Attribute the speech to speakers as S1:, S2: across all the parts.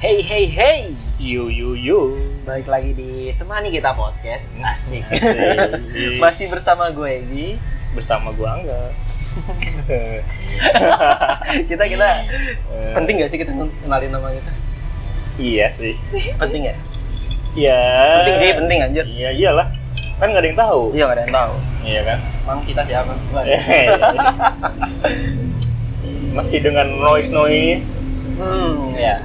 S1: Hey hey hey,
S2: Yo yo yo.
S1: balik lagi di temani kita podcast asik.
S2: Asik.
S1: Masih bersama gue Egi.
S2: bersama gua Angga.
S1: Kita kita
S2: Eh,
S1: penting gak sih kita kenalin nama kita?
S2: Iya sih.
S1: Penting
S2: Eh.
S1: ya?
S2: Iya.
S1: Penting sih penting anjir.
S2: Iya iyalah. Kan nggak ada yang tahu.
S1: Iya gak ada yang tahu.
S2: Iya kan.
S1: Emang kita siapa? ya?
S2: Masih dengan noise noise.
S1: Hmm ya.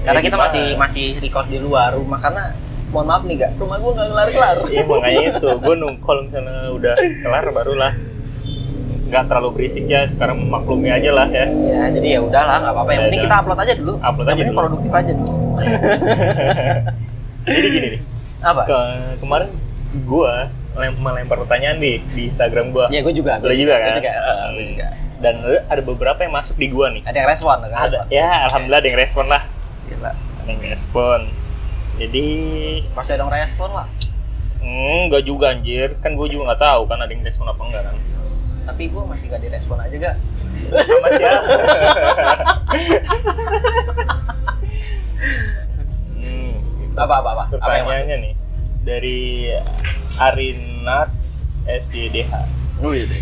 S1: Karena
S2: Ya,
S1: kita
S2: gimana?
S1: masih masih record di luar rumah karena mohon maaf nih gak rumah gue gak kelar-kelar.
S2: Iya makanya itu. Gua nunggu kalau misalnya udah kelar barulah nggak terlalu berisik ya sekarang maklumi aja lah ya
S1: Ya jadi ya udahlah nggak apa-apa yang
S2: Ya,
S1: penting kita
S2: udah.
S1: upload aja dulu. Yang
S2: Upload aja
S1: penting
S2: dulu.
S1: produktif aja dulu.
S2: jadi gini nih
S1: Apa?
S2: ke- kemarin gua lem- melempar pertanyaan di di Instagram gua
S1: Ya gue juga.
S2: Lo juga kan?
S1: Gue juga. eh, gue
S2: Hmm.
S1: juga.
S2: Dan ada beberapa yang masuk di gua nih.
S1: Ada yang respon kan?
S2: Ada. Ya, alhamdulillah ada yang respon lah.
S1: Gila.
S2: Ada yang respon. Jadi
S1: Pasti ada yang respon lah.
S2: enggak juga anjir. Kan gua juga nggak tahu kan ada yang respon apa enggak kan.
S1: Tapi gue masih gak direspon aja gak?
S2: Sama siapa? hmm, gitu.
S1: Apa apa apa? Apa yang masuk?
S2: Pertanyaannya nih dari Arinat SYDH.
S1: Dulu itu.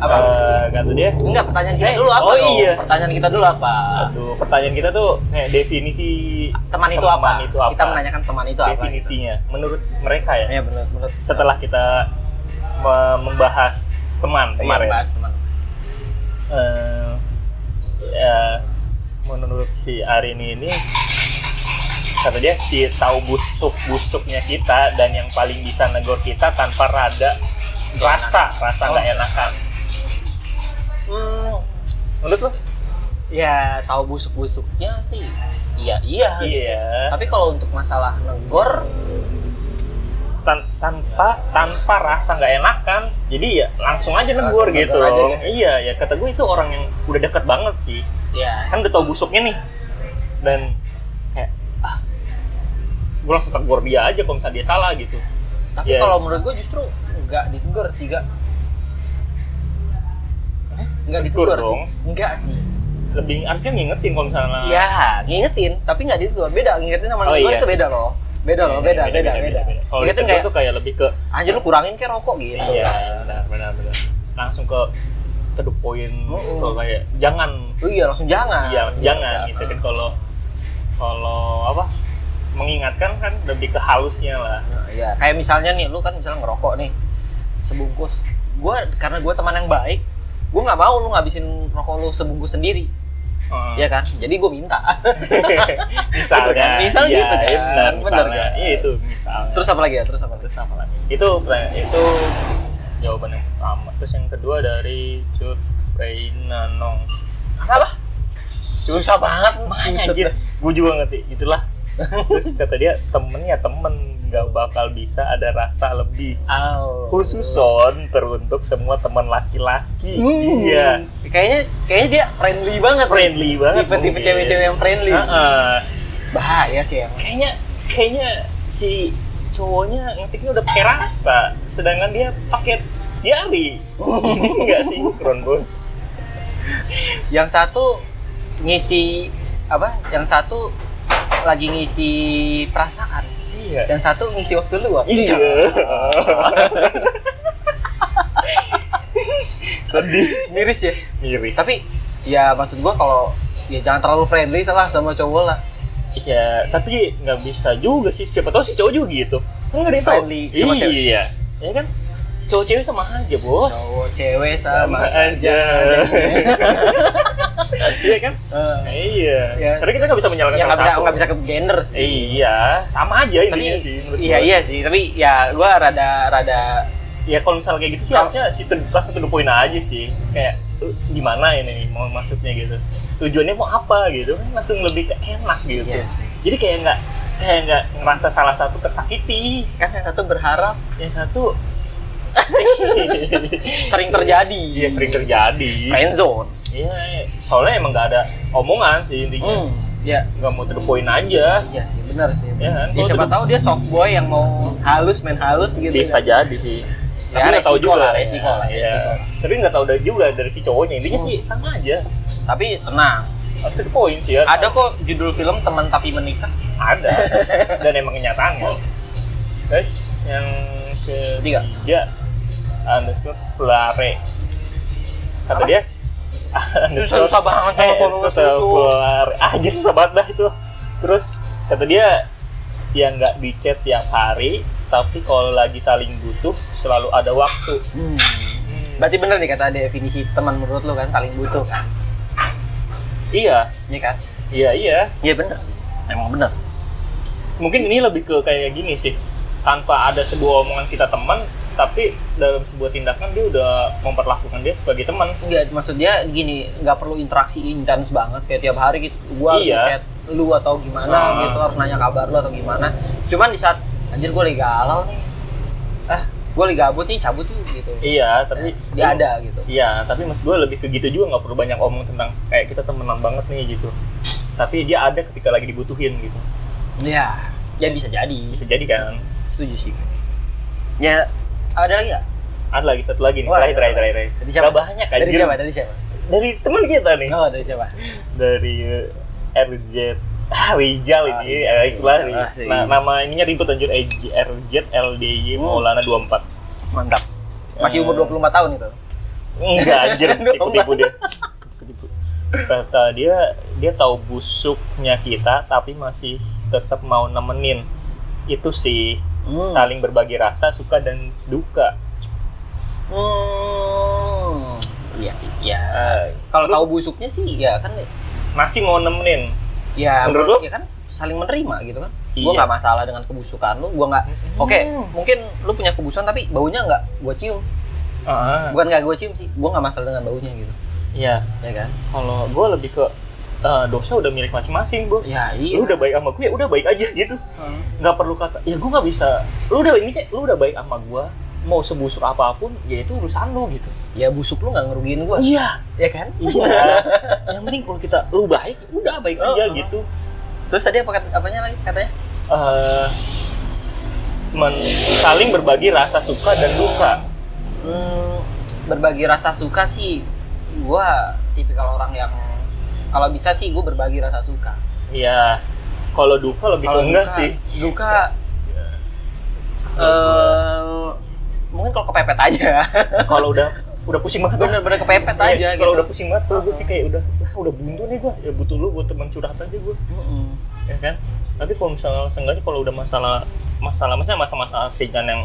S1: Apa?
S2: Eh, kata dia,
S1: Enggak, pertanyaan kita
S2: Eh,
S1: dulu apa?
S2: oh
S1: dong?
S2: iya.
S1: Pertanyaan kita dulu apa?
S2: Aduh, pertanyaan kita tuh eh, definisi
S1: Teman itu apa?
S2: itu apa?
S1: Kita menanyakan teman itu apa? gitu.
S2: definisinya menurut mereka ya.
S1: Ya benar benar.
S2: Setelah kita me- membahas teman
S1: kemarin
S2: kemarin.
S1: bahas teman.
S2: Eh, ya, menurut si Arini ini kata dia si tahu busuk busuknya kita dan yang paling bisa negor kita tanpa rada rasa rasa nggak
S1: Oh.
S2: enakan.
S1: Hmm,
S2: Menurut lo?
S1: ya tahu busuk-busuknya sih. Iya, iya.
S2: Iya.
S1: Tapi kalau untuk masalah negor,
S2: Tan- tanpa tanpa rasa nggak enakan jadi ya langsung aja negur
S1: Langsung
S2: gitu
S1: negur aja
S2: loh.
S1: gitu.
S2: iya ya kata gue itu orang yang udah deket banget sih
S1: ya
S2: kan udah tau busuknya nih dan kayak ah gue langsung tegur dia aja kalau misalnya dia salah gitu
S1: Tapi
S2: Iya.
S1: kalau menurut gue justru nggak ditegur sih, gak. Nggak
S2: Tegur
S1: ditegur sih.
S2: dong.
S1: Nggak sih.
S2: lebih harusnya ngingetin kalau misalnya
S1: Ya, ngingetin, tapi nggak ditegur. Beda, ngingetin sama
S2: Oh,
S1: nitegur
S2: iya
S1: itu
S2: sih. Iya,
S1: beda loh. Beda loh, beda, beda, ya? beda.
S2: kalau
S1: Ngingetin
S2: itu
S1: kayak,
S2: tuh kayak lebih ke
S1: anjir lu kurangin kayak rokok gitu.
S2: iya benar benar benar langsung ke to the point
S1: Mm-mm.
S2: kalau kayak jangan
S1: Oh iya, langsung jangan.
S2: Iya, jangan gitu kan kalau kalau apa mengingatkan kan lebih ke halusnya lah.
S1: Nah, Iya, kayak misalnya nih, lu kan misalnya ngerokok nih, sebungkus. Gue, karena gue teman yang baik, gue nggak mau lu ngabisin rokok lu sebungkus sendiri,
S2: Hmm.
S1: Iya kan? Jadi gue minta.
S2: Oh.
S1: Gitu
S2: misalnya,
S1: kan, misal
S2: iya,
S1: gitu kan,
S2: iya benar,
S1: benar
S2: misalnya,
S1: kan.
S2: iya itu misalnya.
S1: Terus apa lagi ya? Terus apa lagi?
S2: terus apa lagi? Itu pertanyaan- itu jawaban yang pertama. Terus yang kedua dari Cut Reina Nong.
S1: Apa? Susah banget. Buset
S2: Anjir,
S1: dah.
S2: gue juga ngerti. Itulah. Terus kata dia temen ya temen nggak bakal bisa ada rasa lebih
S1: Au.
S2: khususon teruntuk semua teman laki-laki.
S1: Hmm.
S2: Iya.
S1: Kayaknya kayaknya dia friendly banget.
S2: friendly banget
S1: Tipe-tipe
S2: mungkin.
S1: cewek-cewek yang friendly.
S2: Heeh.
S1: Bahaya sih emang.
S2: kayaknya kayaknya si cowoknya ngetiknya udah pakai rasa sedangkan dia pakai jari enggak sinkron bos
S1: Yang satu ngisi apa? Yang satu lagi ngisi perasaan.
S2: iya
S1: Yang satu ngisi waktu luang.
S2: iya sedih
S1: Miris ya.
S2: Iya. miris
S1: Tapi ya maksud gua kalau ya jangan terlalu friendly salah sama cowok lah.
S2: ya tapi nggak bisa juga sih siapa tahu si cowok juga gitu kan nggak ada yang tahu
S1: Friendly sama cewek.
S2: iya ya kan cowok cewek sama aja bos
S1: Cowok cewek sama
S2: Sama
S1: saja.
S2: iya kan
S1: Eh,
S2: Iya.
S1: Ya.
S2: Tapi kita nggak bisa menyalahkan
S1: ya
S2: salah
S1: nggak bisa
S2: satu.
S1: nggak bisa ke gender sih.
S2: Iya, sama aja
S1: tapi
S2: intinya sih. menurut
S1: iya
S2: gua.
S1: iya sih tapi ya gua rada rada
S2: Ya kalau misalnya kayak gitu sih
S1: Kalau-
S2: harusnya sih ter- langsung to the point aja sih. Kayak "Eh, gimana ini nih, mau maksudnya gitu. Tujuannya mau apa gitu kan langsung lebih ke enak gitu.
S1: Iya sih.
S2: Jadi kayak nggak kayak nggak ngerasa salah satu tersakiti.
S1: kan yang satu berharap
S2: Yang satu
S1: sering terjadi
S2: iya sering terjadi.
S1: friendzone
S2: Iya, soalnya emang nggak ada omongan sih intinya.
S1: hmm. ya
S2: Nggak mau to the point aja.
S1: iya sih benar sih
S2: Iya kan?
S1: ya,
S2: Kalau
S1: siapa
S2: tuh-
S1: tahu dia soft boy yang mau halus main halus gitu
S2: bisa
S1: kan.
S2: jadi sih
S1: Ya,
S2: tapi nggak tahu
S1: resiko
S2: juga
S1: lah, resiko lah,
S2: Iya.
S1: resiko. Hmm.
S2: tapi nggak tahu dari juga dari si cowoknya intinya sih sama aja
S1: tapi tenang
S2: Up to the point sih ya.
S1: Ada kok judul film teman tapi menikah.
S2: Ada. Dan emang kenyataannya. Terus yang ke
S1: Tiga.
S2: dia underscore Flare. Kata
S1: Apa?
S2: dia
S1: Susah susah banget sama
S2: eh,
S1: followers
S2: terus
S1: lucu.
S2: Flare. Ah, dia susah banget dah itu. Terus kata dia ya nggak di chat tiap hari, tapi kalau lagi saling butuh selalu ada waktu.
S1: Hmm. Berarti bener nih kata definisi teman menurut lo kan saling butuh kan?
S2: Iya,
S1: Iya kan?
S2: iya, iya.
S1: Iya bener sih. Emang bener.
S2: mungkin ini lebih ke kayak gini sih tanpa ada sebuah omongan kita teman tapi dalam sebuah tindakan dia udah memperlakukan dia sebagai teman
S1: Enggak, Iya, maksudnya gini, nggak perlu interaksi intens banget kayak tiap hari gitu. Gua harus
S2: Iya.
S1: ngechat lu atau gimana
S2: Ah.
S1: gitu, harus nanya kabar lu atau gimana. Cuman di saat anjir gue lagi galau nih. Ah, gue lagi gabut nih, cabut tuh gitu.
S2: iya tapi
S1: dia ada gitu.
S2: iya tapi maksud gue lebih ke gitu juga nggak perlu banyak omong tentang kayak kita temenan banget nih gitu tapi dia ada ketika lagi dibutuhin gitu
S1: Iya. Ya bisa jadi.
S2: bisa jadi kan
S1: Setuju sih. Ya, ada lagi nggak?
S2: ada lagi satu lagi nih
S1: Wah,
S2: terakhir terakhir
S1: ada.
S2: terakhir terakhir.
S1: Dari siapa?
S2: Nggak banyak Eh. kan
S1: Dari siapa? Dari siapa?
S2: dari teman kita nih
S1: Oh, dari siapa?
S2: dari eh, RZ ah Rijal
S1: Ah,
S2: ini
S1: Rijal.
S2: eh, itulah Ri.
S1: Ah, sih.
S2: nah, nama ininya ribet anjir RJ RZ LDY
S1: Hmm.
S2: Maulana 24
S1: Mantap. Masih umur
S2: Eh.
S1: 24 tahun itu.
S2: enggak anjir
S1: Dua
S2: tipu-tipu dia tipu-tipu kata dia dia tahu busuknya kita tapi masih tetap mau nemenin itu sih
S1: Hmm.
S2: saling berbagi rasa suka dan duka
S1: Hmm. Iya, iya.
S2: Eh,
S1: Kalau
S2: Lu-
S1: tahu busuknya sih ya kan
S2: masih mau nemenin
S1: ya
S2: Menurut lu?
S1: ya kan saling menerima gitu kan gue
S2: Iya. Hmm.
S1: nggak masalah dengan kebusukan lu gue nggak oke mungkin lu punya kebusukan tapi baunya nggak gue cium
S2: Ah,
S1: bukan nggak gue cium sih gue nggak masalah dengan baunya gitu
S2: iya
S1: ya kan
S2: kalau gue lebih ke eh, dosa udah milik masing-masing bos
S1: ya iya
S2: lu udah baik sama gue ya udah baik aja gitu
S1: Hmm.
S2: nggak perlu kata ya gue nggak bisa lu udah ini lu udah baik sama gue mau sebusuk apapun ya itu urusan lu gitu
S1: ya busuk lu nggak ngerugiin gue
S2: iya
S1: ya kan
S2: iya yang penting kalau kita lu baik ya udah baik
S1: Oh,
S2: aja
S1: oh.
S2: gitu
S1: terus tadi apa kata- apanya lagi katanya
S2: Eh, men- saling berbagi rasa suka dan duka
S1: Hmm, berbagi rasa suka sih gue tipikal orang yang kalau bisa sih gue berbagi rasa suka
S2: ya kalau duka lebih ke
S1: kalau
S2: enggak
S1: duka,
S2: sih
S1: duka
S2: Ya.
S1: eh, mungkin kalau kepepet aja
S2: kalau udah udah pusing banget lah.
S1: bener-bener kepepet
S2: Kayak
S1: aja gitu
S2: Iya, kalau udah pusing banget kalau gue
S1: Uh-uh.
S2: sih kayak udah "Wah, udah buntu nih gue ya butuh lu buat teman curhat aja gue
S1: Mm-mm.
S2: ya kan tapi kalau misalnya seenggaknya kalau udah masalah masalah masalah masalah ringan yang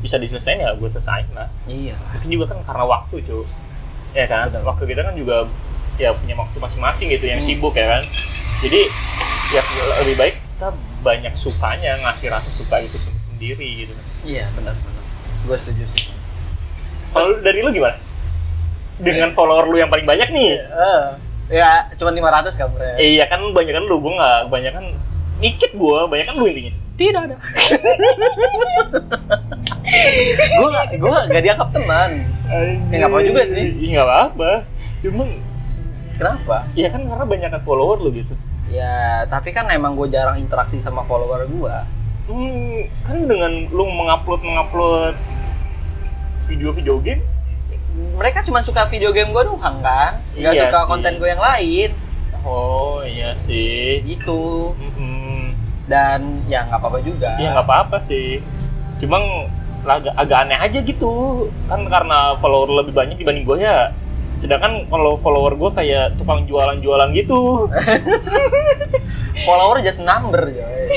S2: bisa diselesaikan ya gue selesaiin lah
S1: iya
S2: itu juga kan karena waktu cuy ya kan
S1: Betul.
S2: waktu kita kan juga ya punya waktu masing-masing gitu yang
S1: Hmm.
S2: sibuk ya kan jadi ya lebih baik kita banyak sukanya ngasih rasa suka itu sendiri gitu
S1: iya benar-benar gue setuju sih
S2: kalau lu- dari lu gimana dengan follower lu yang paling banyak nih
S1: Eh, ya cuma 500 kamu ya
S2: eh, iya kan banyak kan lu gue nggak banyak kan dikit gue banyak kan lu intinya
S1: tidak ada gue gak gue gak dianggap teman
S2: Anjir.
S1: Ya, nggak apa-apa juga sih.
S2: Iya nggak apa-apa. Cuman
S1: kenapa
S2: ya kan karena banyak follower lu gitu.
S1: ya tapi kan emang gue jarang interaksi sama follower gue
S2: Hmm, kan dengan lu mengupload mengupload video-video game,
S1: mereka cuma suka video game gue doang kan nggak
S2: Iya
S1: suka
S2: sih.
S1: konten gue yang lain
S2: oh iya sih.
S1: gitu
S2: Mm-mm.
S1: dan ya nggak apa-apa juga
S2: Ya nggak apa-apa sih. Cuman agak agak aneh aja gitu kan karena follower lebih banyak dibanding gue ya. Sedangkan kalau follower gue kayak tukang jualan-jualan gitu.
S1: follower just number coy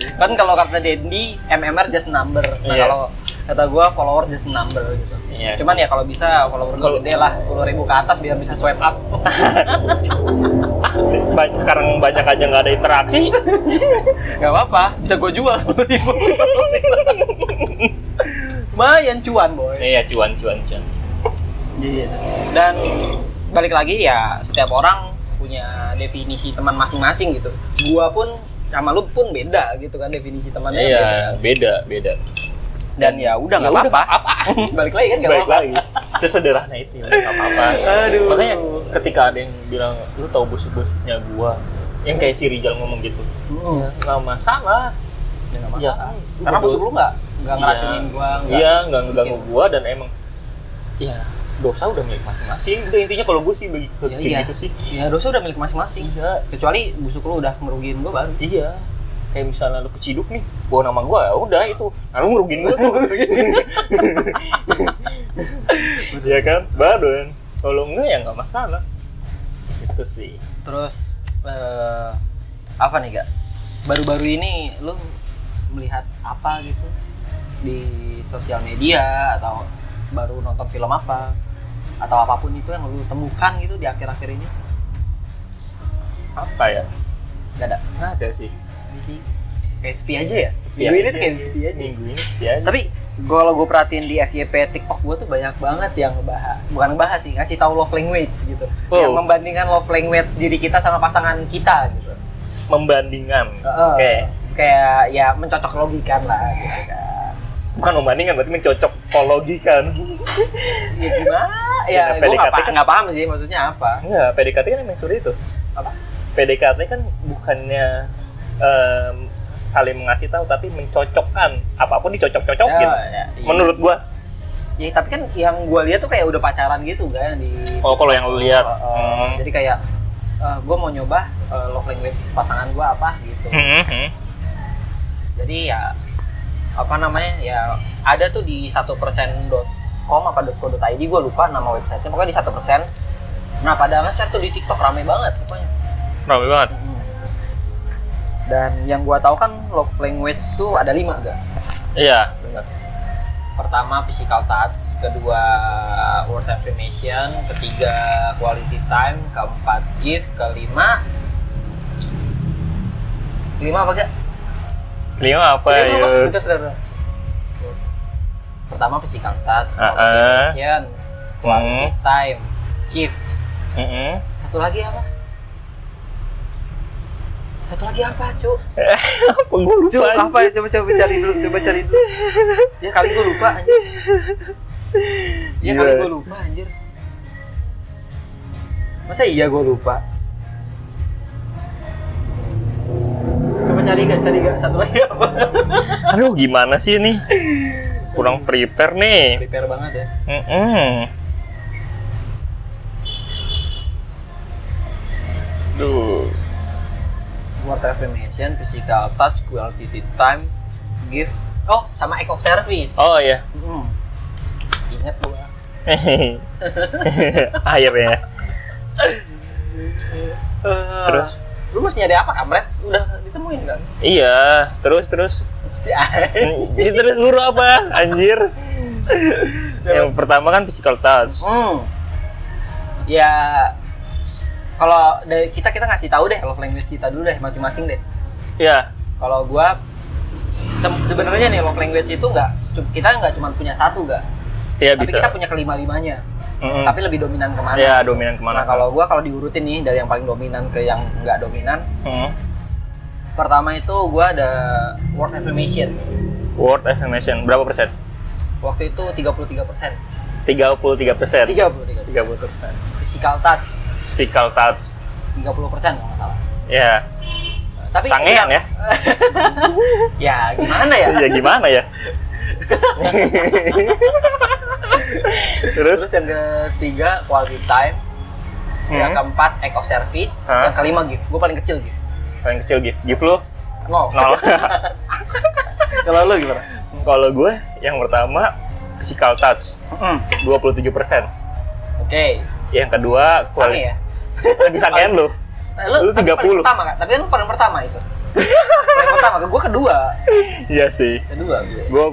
S2: Anjir.
S1: kan kalau kata Dendi MMR just number nah
S2: Iya.
S1: kalau kata gua follower just number gitu
S2: Iya
S1: cuman ya kalau bisa follower gua
S2: Kalau-
S1: gede lah 10 ribu ke atas biar bisa swipe up
S2: Ba- sekarang banyak aja nggak ada interaksi
S1: nggak apa-apa bisa gua jual 10 ribu lumayan cuan boy
S2: iya cuan cuan cuan
S1: dan balik lagi ya setiap orang punya definisi teman masing-masing gitu gua pun sama lu pun beda gitu kan definisi temannya beda.
S2: Iya, beda, beda.
S1: dan ya udah nggak
S2: Ya udah,
S1: apa-apa balik lagi kan nggak
S2: Baik
S1: apa-apa
S2: lagi. Sesederhana itu, nggak apa-apa.
S1: Aduh.
S2: Makanya ketika ada yang bilang, lu tau busuk-busuknya gua, yang kayak si Rijal ngomong gitu,
S1: Hmm.
S2: nggak masalah.
S1: Ya, nggak
S2: Iya
S1: masalah.
S2: kan?
S1: Karena musuh lu nggak nggak ngeracunin
S2: Iya.
S1: gua, nggak
S2: Iya, nggak ngeganggu gua dan emang, ya dosa udah milik masing-masing. Udah intinya kalau gue sih bagi-
S1: Ya,
S2: kayak
S1: iya.
S2: gitu sih.
S1: ya dosa udah milik masing-masing
S2: Iya,
S1: kecuali busuk lu udah ngerugiin gue baru
S2: iya. Kayak misalnya lu keciduk nih, bawa nama gue, ya udah itu. Nah, lu ngerugiin gue tuh. Iya kan? Badan. Kalau enggak ya enggak masalah. Itu sih.
S1: terus eh, apa nih gak baru-baru ini lu melihat apa gitu di sosial media atau baru nonton film apa atau apapun itu yang lu temukan gitu di akhir-akhir ini
S2: Apa ya?
S1: gak ada
S2: Nggak ada sih.
S1: Nah, Ini sih kayak sepi aja ya sepi
S2: Minggu
S1: ini tuh kayak sepi aja
S2: Minggu ini sepi aja.
S1: tapi kalau gue perhatiin di FYP TikTok gue tuh banyak banget yang ngebahas bukan ngebahas sih ngasih tahu love language gitu
S2: Oh.
S1: yang membandingkan love language diri kita sama pasangan kita gitu
S2: membandingkan.
S1: Heeh.
S2: Oke.
S1: kayak ya mencocok logikan lah gitu kan
S2: Bukan membandingkan berarti mencocok kan.
S1: ya gimana ya gue nggak
S2: Dengan PDKT
S1: paham
S2: kan-
S1: nggak paham sih maksudnya apa
S2: Enggak, PDKT kan emang sulit itu.
S1: apa
S2: PDKT kan bukannya em, saling mengasih tahu tapi mencocokkan apapun
S1: Ya,
S2: dicocok-cocokin.
S1: ya, iya.
S2: gitu. Menurut gua.
S1: ya tapi kan yang gue lihat tuh kayak udah pacaran gitu kan di
S2: Oh, kalau yang lu lihat. Hmm.
S1: Eh, eh, jadi kayak gue mau nyoba eh, love language pasangan gue apa gitu
S2: Hmm.
S1: jadi ya apa namanya ya ada tuh di satu com apa .co.id gue lupa nama websitenya pokoknya di satu persen nah pada nge-share tuh di tiktok rame banget pokoknya
S2: Rame banget.
S1: dan yang gue tahu kan love language tuh ada lima gak
S2: Iya, benar.
S1: pertama physical touch kedua words affirmation ketiga quality time keempat gift kelima kelima apa gak
S2: Kelima apa
S1: Iya,
S2: ya?
S1: apa? Bentar, bentar, bentar. Pertama physical touch,
S2: Ah, ah.
S1: motivation, quality
S2: Hmm.
S1: time, gift.
S2: Mm-mm.
S1: Satu lagi apa? Satu lagi apa, Cuk?
S2: Apa gua lupa
S1: Cuk,
S2: aja.
S1: apa ya? Coba coba cari dulu, coba cari dulu. Ya kali gue lupa anjir. Ya kali
S2: Iya.
S1: gue lupa anjir. Masa iya gue lupa? Coba cari gak, cari gak. Satu lagi apa?
S2: Aduh, gimana sih ini? Kurang prepare nih.
S1: Prepare banget ya.
S2: Hmm, Mm-mm. Duh.
S1: word affirmation, physical touch, quality time, gift, oh sama act of service.
S2: Oh ya.
S1: Hmm. Ingat gua.
S2: Akhirnya. Terus?
S1: lu masih nyari apa kamret? Udah ditemuin kan?
S2: Iya, terus terus.
S1: Si Aeng.
S2: Ini terus guru apa? Anjir. Yang pertama kan physical touch.
S1: Hmm. Ya kalau dari kita kita ngasih tahu deh love language kita dulu deh masing-masing deh.
S2: Ya,
S1: Kalau gua se- sebenarnya nih love language itu nggak cu- kita nggak cuma punya satu gak,
S2: iya
S1: tapi
S2: bisa.
S1: kita punya kelima limanya.
S2: Mm-mm.
S1: Tapi lebih dominan kemana?
S2: ya dominan
S1: Nah,
S2: kemana?
S1: kalau gua kalau diurutin nih dari yang paling dominan ke yang nggak dominan,
S2: Mm.
S1: pertama itu gua ada word affirmation.
S2: word affirmation berapa persen?
S1: Waktu itu 33 persen.
S2: 33 persen.
S1: 33.
S2: 30 persen.
S1: Physical touch
S2: Physical touch.
S1: 30 persen kalau nggak salah.
S2: Ya,
S1: Tapi
S2: sangean ya.
S1: Ya gimana ya?
S2: Ya gimana ya?
S1: Terus
S2: terus
S1: yang ketiga quality time. Yang
S2: Hmm.
S1: keempat act of service.
S2: Hah?
S1: Yang kelima gift. Gua paling kecil gift.
S2: paling kecil gift. Gift lu
S1: Nol.
S2: nol.
S1: kalau lu gimana?
S2: kalau gue yang pertama physical touch
S1: Mm-mm.
S2: 27 persen.
S1: Oke.
S2: Yang kedua
S1: Sama
S2: kuali
S1: ya.
S2: lebih sangean lu.
S1: Eh,
S2: Lu
S1: tapi
S2: 30.
S1: paling pertama kan? Tapi lu paling pertama itu. paling pertama. Gue kedua.
S2: Iya sih.
S1: Kedua gue.
S2: Gue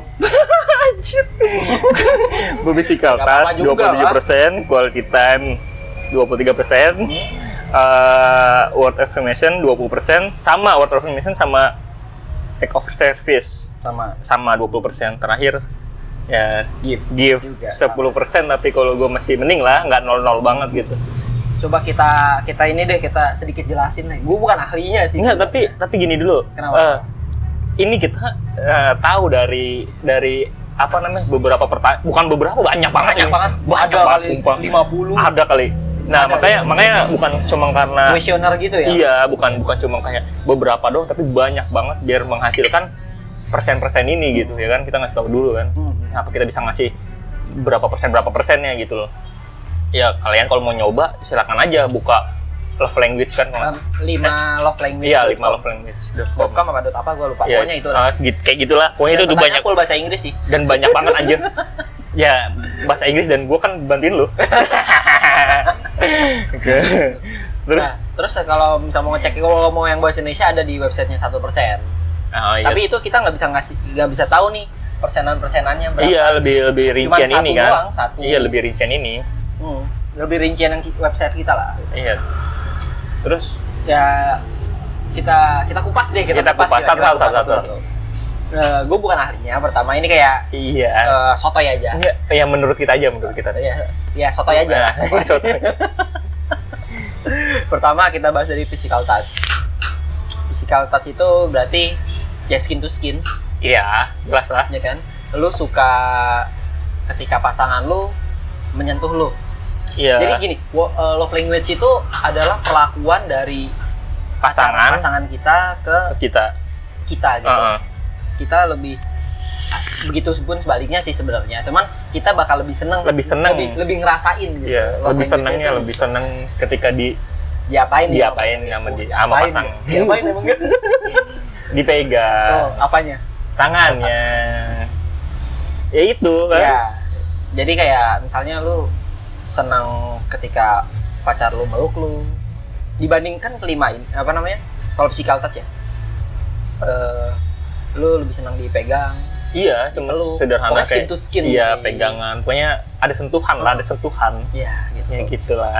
S2: gue physical
S1: Gak apa-apa
S2: touch 27
S1: juga,
S2: persen, quality time 23 persen, eh, word affirmation 20 persen, sama word affirmation sama take over service
S1: Sama
S2: sama 20 persen terakhir ya
S1: gift.
S2: give
S1: Juga,
S2: 10 persen tapi kalau gue masih mending lah nggak nol nol banget gitu
S1: Coba kita kita ini deh kita sedikit jelasin deh. Gue bukan ahlinya sih.
S2: Enggak, tapi tapi gini dulu.
S1: Iya. Kenapa?
S2: Eh, ini kita eh, tahu dari dari apa namanya beberapa pertanyaan bukan beberapa banyak banget
S1: Banyak
S2: ini.
S1: banget.
S2: banyak
S1: Ada
S2: banget
S1: kali
S2: sumpah.
S1: 50.
S2: ada kali nah
S1: Ada.
S2: makanya makanya bukan cuma karena
S1: kuesioner gitu ya.
S2: iya bukan bukan cuma kayak beberapa doang tapi banyak banget biar menghasilkan persen-persen ini gitu ya kan kita ngasih tahu dulu kan
S1: Hmm.
S2: apa kita bisa ngasih berapa persen berapa persennya gitu loh ya kalian kalau mau nyoba silakan aja buka love language kan kalau
S1: Em, lima love language
S2: iya lima love language
S1: dot com apa dot apa gue lupa pokoknya itu lah.
S2: ah, segit- kayak gitulah pokoknya itu
S1: Dan
S2: tuh banyak
S1: full bahasa Inggris sih
S2: dan banyak banget anjir ya bahasa Inggris dan gue kan bantuin lu Oke. terus
S1: Nah, terus kalau misal mau ngecek kalau mau yang bahasa Indonesia ada di websitenya satu persen
S2: oh, iya.
S1: tapi itu kita nggak bisa ngasih nggak bisa tahu nih persenan persenannya berapa
S2: iya lebih lebih
S1: Cuman
S2: rincian
S1: satu
S2: ini kan
S1: doang, satu.
S2: iya lebih rincian ini
S1: Hmm, lebih rincian yang ki- website kita lah
S2: iya terus
S1: ya kita kita kupas deh kita,
S2: Kita kupas,
S1: kira-kira
S2: satu, satu,
S1: kupas
S2: satu,
S1: itu. Eh, gue bukan ahlinya pertama ini kayak
S2: iya
S1: eh, sotoy aja
S2: Enggak, ya menurut kita aja menurut kita
S1: ya, ya sotoy aja
S2: Nah, sotoy.
S1: pertama kita bahas dari physical touch physical touch itu berarti ya skin to skin
S2: iya jelas lah
S1: ya kan lu suka ketika pasangan lu menyentuh lu
S2: iya
S1: jadi gini wo- eh, love language itu adalah perlakuan dari
S2: pasangan
S1: pasangan kita ke
S2: kita
S1: kita gitu
S2: Heeh.
S1: kita lebih begitu pun sebaliknya sih sebenarnya cuman kita bakal lebih seneng
S2: Lebih seneng.
S1: lebih, lebih ngerasain gitu
S2: Iya,
S1: Love
S2: lebih
S1: language
S2: senangnya
S1: itu
S2: lebih senang ketika di
S1: diapain gitu?
S2: diapain sama di sama
S1: Diapain,
S2: pasangan.
S1: diapain emang gitu oh,
S2: Dipegang
S1: apanya
S2: tangannya. Ya itu kan.
S1: ya jadi kayak misalnya lu senang ketika pacar lu meluk lu dibandingkan kelima ini apa namanya kalau physical touch ya eh, lu lebih senang dipegang
S2: Iya, cuma
S1: Dipeluk.
S2: sederhana
S1: Pokoknya skin to skin.
S2: Iya, pegangan. Pokoknya ada sentuhan lah, ada sentuhan.
S1: ya gitu
S2: Ya gitulah.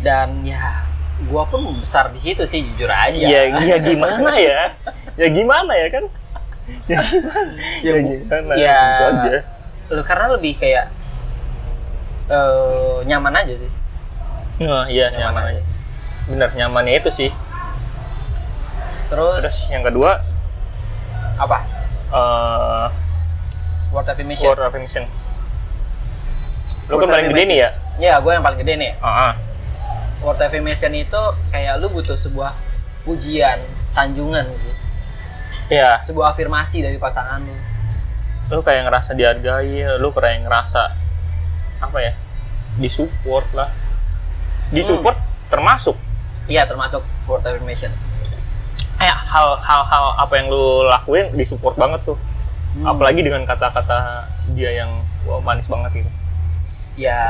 S1: dan ya gua pun besar di situ sih jujur aja
S2: Ya, ya gimana ya? Ya gimana ya kan? Ya gimana?
S1: Ya, Bu.
S2: gimana?
S1: Ya.
S2: Gitu aja.
S1: Lu karena lebih kayak eh, nyaman aja sih
S2: Nah, iya nyaman, aja. Benar, nyamannya itu sih.
S1: terus,
S2: Terus yang kedua
S1: apa
S2: eh
S1: word affirmation
S2: Word affirmation.
S1: Word
S2: Lu kan paling gede
S1: affirmation.
S2: nih ya?
S1: ya gua yang paling gede nih
S2: Ah, ah.
S1: word affirmation itu kayak lu butuh sebuah pujian sanjungan gitu
S2: Iya,
S1: sebuah afirmasi dari pasangan lu
S2: lu kayak ngerasa dihargai, lu kayak ngerasa apa ya? Disupport lah. Disupport termasuk
S1: iya termasuk word affirmation
S2: kayak hal-hal apa yang lu lakuin disupport banget tuh.
S1: Hmm.
S2: Apalagi dengan kata-kata dia yang wah manis banget gitu.
S1: ya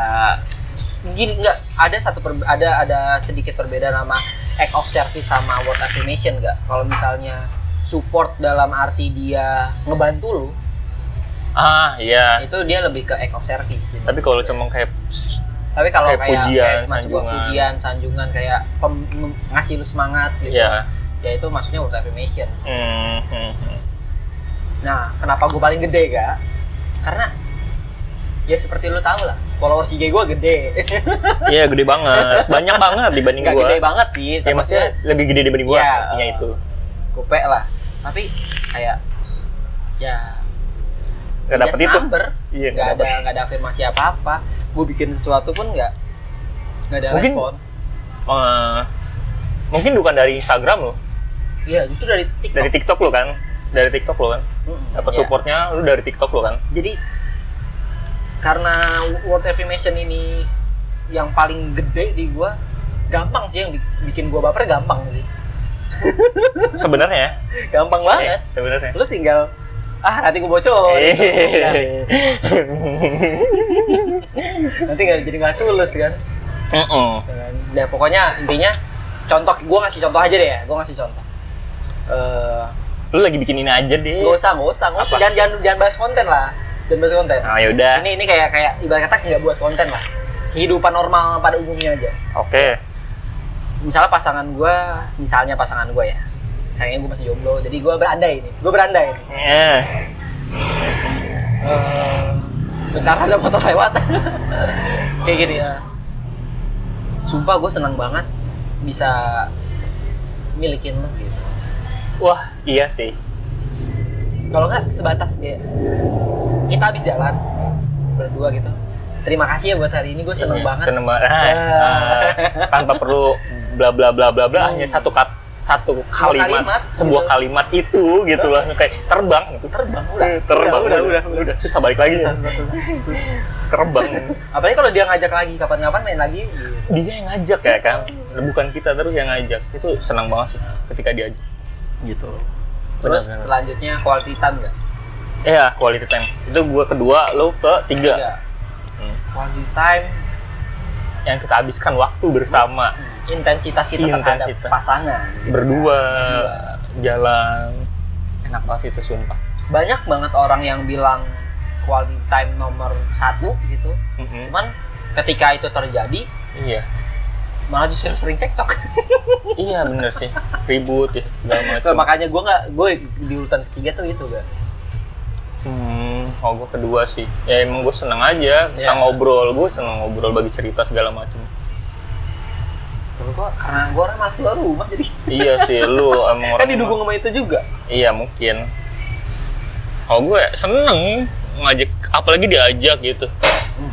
S1: gini nggak ada satu per- ada ada sedikit perbedaan sama act of service sama word affirmation nggak kalau misalnya support dalam arti dia ngebantu lu
S2: Ah, iya.
S1: itu dia lebih ke act of service gitu.
S2: Tapi kalau lu cuma kayak
S1: tapi kalau
S2: kayak
S1: kayak,
S2: pujian,
S1: kayak cuma sebuah
S2: sanjungan.
S1: pujian sanjungan kayak pem- mem- ngasih lu semangat gitu
S2: ya
S1: ya itu maksudnya word affirmation
S2: hmm, hmm, hmm.
S1: nah kenapa gue paling gede gak karena ya seperti lu tahu lah followers IG gue gede
S2: Iya, gede banget. Banyak banget dibanding
S1: nggak
S2: gua.
S1: gede banget sih
S2: Ya maksudnya lebih gede dibanding gua
S1: Iya.
S2: artinya itu.
S1: Gopek lah tapi kayak ya
S2: Gak dapet
S1: just
S2: itu.
S1: number.
S2: Iya,
S1: nggak
S2: nggak
S1: ada
S2: dapet.
S1: nggak ada afirmasi apa apa gue bikin sesuatu pun nggak nggak ada
S2: Mungkin-
S1: respon
S2: Eh, mungkin bukan dari Instagram lo,
S1: iya justru dari TikTok
S2: dari TikTok lo kan, dari TikTok lo kan.
S1: Mm-mm,
S2: Dapat
S1: iya.
S2: supportnya lu dari TikTok lo kan.
S1: jadi karena word affirmation ini yang paling gede di gue gampang sih yang bi- bikin gue baper gampang sih
S2: Sebenarnya.
S1: gampang
S2: eh,
S1: banget iya,
S2: Sebenarnya.
S1: lu tinggal ah nanti gue bocor Gitu, kan.
S2: Eh.
S1: iya. nanti nggak jadi nggak tulus kan
S2: Mm-mm.
S1: Ya pokoknya intinya contoh gue ngasih contoh aja deh ya, gue ngasih contoh. Eh,
S2: Lu lagi bikin ini aja deh.
S1: nggak usah, nggak usah, nggak usah.
S2: Apa?
S1: Jangan, jangan, jangan bahas konten lah, jangan bahas konten.
S2: Ah yaudah.
S1: Ini ini kayak kayak ibarat kata nggak buat konten lah. Kehidupan normal pada umumnya aja.
S2: Oke.
S1: Misalnya pasangan gue, misalnya pasangan gue ya. Kayaknya gue masih jomblo, jadi gue berandai ini. Gue berandai. Ini.
S2: Eh.
S1: Eh, bentar ada motor lewat. kayak gini ya. Sumpah gue senang banget bisa milikin lo gitu.
S2: Wah, iya sih.
S1: kalau nggak sebatas kayak kita habis jalan berdua gitu terima kasih ya buat hari ini gue seneng
S2: Iya,
S1: banget
S2: Seneng banget. Ah,
S1: Ah.
S2: ah. tanpa perlu bla bla bla bla bla,
S1: Hmm.
S2: hanya satu kat satu
S1: Sebuah
S2: kalimat,
S1: kalimat,
S2: sebuah
S1: gitu.
S2: kalimat itu gitu loh kayak terbang gitu
S1: terbang udah
S2: terbang gitu.
S1: udah udah, udah.
S2: susah balik lagi
S1: Susah,
S2: ya.
S1: susah, susah.
S2: terbang
S1: apalagi kalau dia ngajak lagi kapan-kapan main lagi gitu.
S2: dia yang ngajak ya kan bukan kita terus yang ngajak itu senang banget sih ketika diajak gitu
S1: terus
S2: Benar-benar.
S1: selanjutnya quality time nggak
S2: ya quality time itu gua kedua lo ke tiga
S1: Nggak.
S2: Hmm.
S1: quality time
S2: yang kita habiskan waktu bersama
S1: intensitas kita terhadap
S2: Intensitas.
S1: pasangan gitu.
S2: berdua jalan enak banget sih itu sumpah
S1: banyak banget orang yang bilang quality time nomor satu gitu
S2: Mhm.
S1: cuman ketika itu terjadi
S2: iya
S1: malah justru sering cekcok
S2: iya bener sih ribut ya segala
S1: Nah,
S2: macam
S1: makanya gue nggak gue di urutan ketiga tuh itu gak
S2: Hmm, kalau gue kedua sih, ya emang gue seneng aja kita
S1: Iya.
S2: ngobrol, gue seneng ngobrol bagi cerita segala macem.
S1: kalau gue karena gue orang malas keluar rumah jadi
S2: iya sih, lu emang
S1: kan didukung sama itu juga
S2: Iya mungkin. Kalau gue seneng ngajak, apalagi diajak gitu,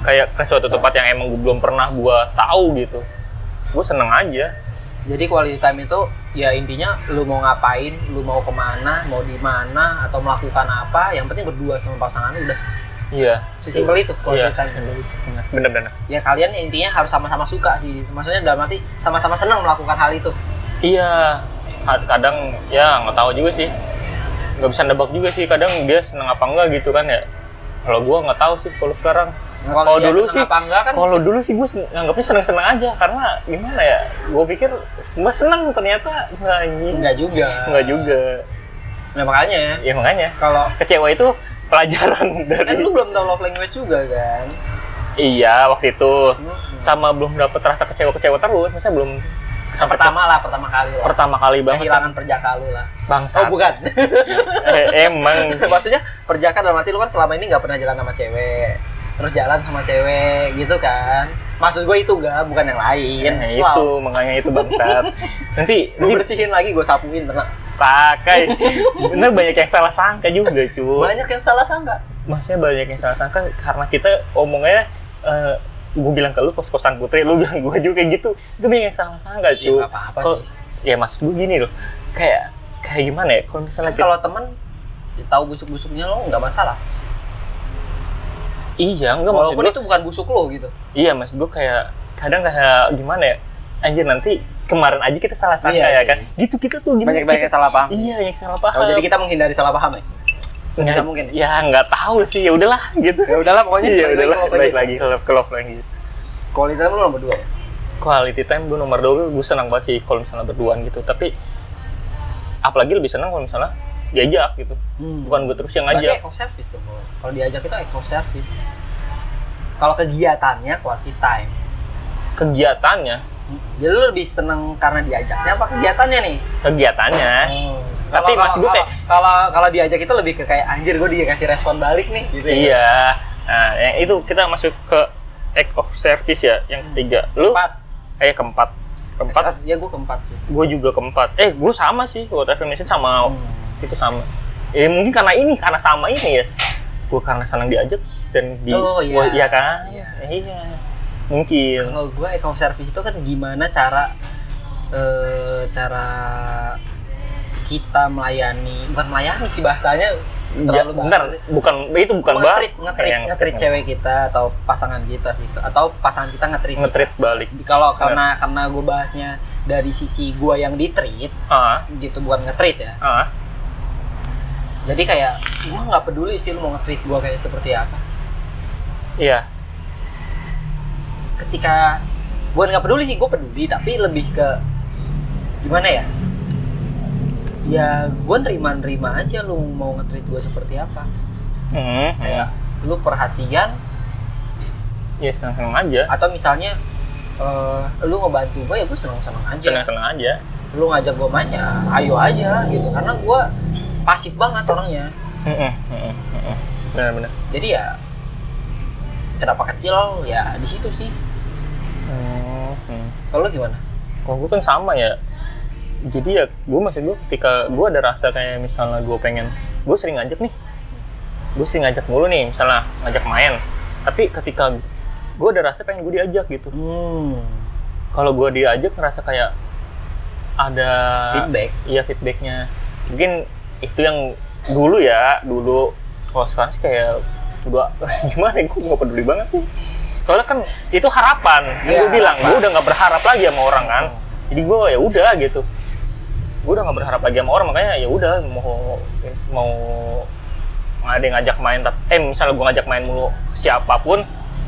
S2: kayak ke suatu tempat yang emang gue belum pernah gue tahu gitu. Gue seneng aja.
S1: jadi quality time itu ya intinya lu mau ngapain lu mau kemana mau di mana atau melakukan apa yang penting berdua sama pasangan lu udah
S2: Iya.
S1: sesimpel itu quality
S2: Iya.
S1: time
S2: Bener-bener.
S1: ya kalian ya intinya harus sama-sama suka sih maksudnya dalam arti sama-sama senang melakukan hal itu
S2: Iya. Kad- Kadang ya nggak tahu juga sih. Nggak bisa nebak juga sih. Kadang dia seneng apa enggak gitu kan ya. Kalau gue nggak tahu sih kalau sekarang.
S1: Nah,
S2: Kalau
S1: dia
S2: dulu
S1: senang
S2: sih-
S1: apa enggak kan
S2: Kalau dulu sih gue nganggapnya seneng-seneng aja karena gimana ya? Gue pikir semua seneng ternyata nggak anjing.
S1: enggak juga
S2: Nggak juga.
S1: nah makanya
S2: Ya makanya
S1: kalau
S2: kecewa itu pelajaran
S1: kan
S2: dari
S1: lu belum tahu love language juga kan
S2: iya waktu itu
S1: Hmm.
S2: sama belum dapet rasa kecewa-kecewa terus, masa belum sampai
S1: pertama lah pertama kali
S2: ke-
S1: lah
S2: pertama kali banget
S1: kehilangan perjaka lu lah
S2: bangsa.
S1: oh bukan
S2: Eh, emang
S1: maksudnya perjaka dalam arti lu kan selama ini nggak pernah jalan sama cewek terus jalan sama cewek gitu kan maksud gue itu gak bukan yang lain
S2: Nah, itu
S1: Selalu.
S2: makanya itu bangsat. nanti
S1: Gua
S2: nanti
S1: bersihin lagi gue sapuin tenang
S2: pakai. Bener banyak yang salah sangka juga cuy.
S1: banyak yang salah sangka
S2: maksudnya banyak yang salah sangka karena kita omongnya eh gue bilang ke lu kos-kosan putri lu bilang gue juga kayak gitu itu banyak yang salah sangka
S1: ya
S2: cuy
S1: nggak apa-apa
S2: Kalau-
S1: sih
S2: ya maksud gue gini loh kayak kayak gimana ya kalau misalnya
S1: Kan
S2: kita-
S1: kalau temen ya tahu busuk-busuknya lo nggak masalah
S2: iya enggak maksud
S1: walaupun
S2: gue
S1: itu bukan busuk lo gitu
S2: iya maksud gue kayak kadang kayak gimana ya anjir nanti kemarin aja kita salah sangka
S1: Iya,
S2: ya kan gitu kita tuh gimana
S1: banyak-banyak
S2: kita-
S1: yang salah paham
S2: iya yang salah paham
S1: oh, jadi kita menghindari salah paham ya
S2: Nggak-
S1: bisa mungkin.
S2: ya nggak tahu sih ya udahlah gitu
S1: ya udahlah pokoknya
S2: iya
S1: balik
S2: udahlah
S1: lagi
S2: balik lagi ke love- ke love lagi
S1: kualitas lu nomor dua ya?
S2: quality time gue nomor dua gue senang banget sih kalau misalnya berduaan gitu tapi apalagi lebih senang kalau misalnya diajak gitu
S1: Hmm.
S2: bukan gue terus yang
S1: Berarti
S2: ngajak
S1: eco service tuh kalau- kalau diajak itu eco service kalau kegiatannya quality time
S2: kegiatannya
S1: Hmm. jadi lu lebih seneng karena diajaknya apa kegiatannya nih
S2: kegiatannya
S1: Oh. Kalau-
S2: Tapi
S1: kalau-
S2: maksud gue
S1: kalau-
S2: kayak-
S1: kalau kalau diajak itu lebih ke kayak anjir gue dikasih respon balik nih gitu ya.
S2: iya nah yang itu kita masuk ke act of service ya yang ketiga lu
S1: keempat
S2: eh keempat keempat
S1: ya gue keempat sih
S2: gue juga keempat eh gue sama sih gue definition sama
S1: Hmm.
S2: itu sama eh mungkin karena ini karena sama ini ya gue karena senang diajak dan di
S1: Oh, iya.
S2: gua- kan
S1: Iya.
S2: iya mungkin
S1: Kalau gue account service itu kan gimana cara eh, cara kita melayani bukan melayani sih bahasanya
S2: Ya,
S1: terlalu
S2: bentar, bukan itu bukan
S1: ngetrit
S2: bar.
S1: ngetrit ngetrit cewek kita atau pasangan kita sih atau pasangan kita ngetrit
S2: Ngetrit balik.
S1: kalau karena karena gue bahasnya dari sisi gue yang ditreat
S2: Ah,
S1: gitu bukan ngetrit ya
S2: ah.
S1: jadi kayak gue nggak peduli sih lu mau ngetrit gue kayak seperti apa
S2: Iya,
S1: ketika gue nggak peduli sih gue peduli tapi lebih ke gimana ya ya gue nerima nerima aja lu mau ngetrit gue seperti apa
S2: hmm,
S1: kayak
S2: iya.
S1: lu perhatian
S2: Ya seneng-seneng aja.
S1: atau misalnya eh, lu ngebantu gue ya gue seneng seneng aja
S2: Seneng-seneng aja.
S1: lu ngajak gue main ya ayo aja gitu karena gue pasif banget orangnya
S2: Heeh, heeh, heeh. Benar-benar.
S1: jadi ya kenapa kecil ya di situ sih
S2: Hmm, hmm.
S1: kalau lu gimana
S2: Kalau gue kan sama ya. Jadi ya gue maksud gue ketika gue ada rasa kayak misalnya gue pengen, gue sering ngajak nih. Gue sering ngajak mulu nih, misalnya ngajak main. Tapi ketika gue ada rasa pengen gue diajak gitu.
S1: hmm
S2: kalau gue diajak ngerasa kayak ada
S1: feedback
S2: iya feedbacknya mungkin itu yang dulu ya dulu kalau sekarang sih kayak udah gimana gue nggak peduli banget sih soalnya kan itu harapan yang
S1: Iya,
S2: gue bilang
S1: harapan.
S2: gue udah nggak berharap lagi sama orang kan
S1: Hmm.
S2: jadi gue ya udah gitu gue udah nggak berharap lagi sama orang makanya ya udah mau mau ada yang ngajak main tapi eh misalnya gue ngajak main mulu siapapun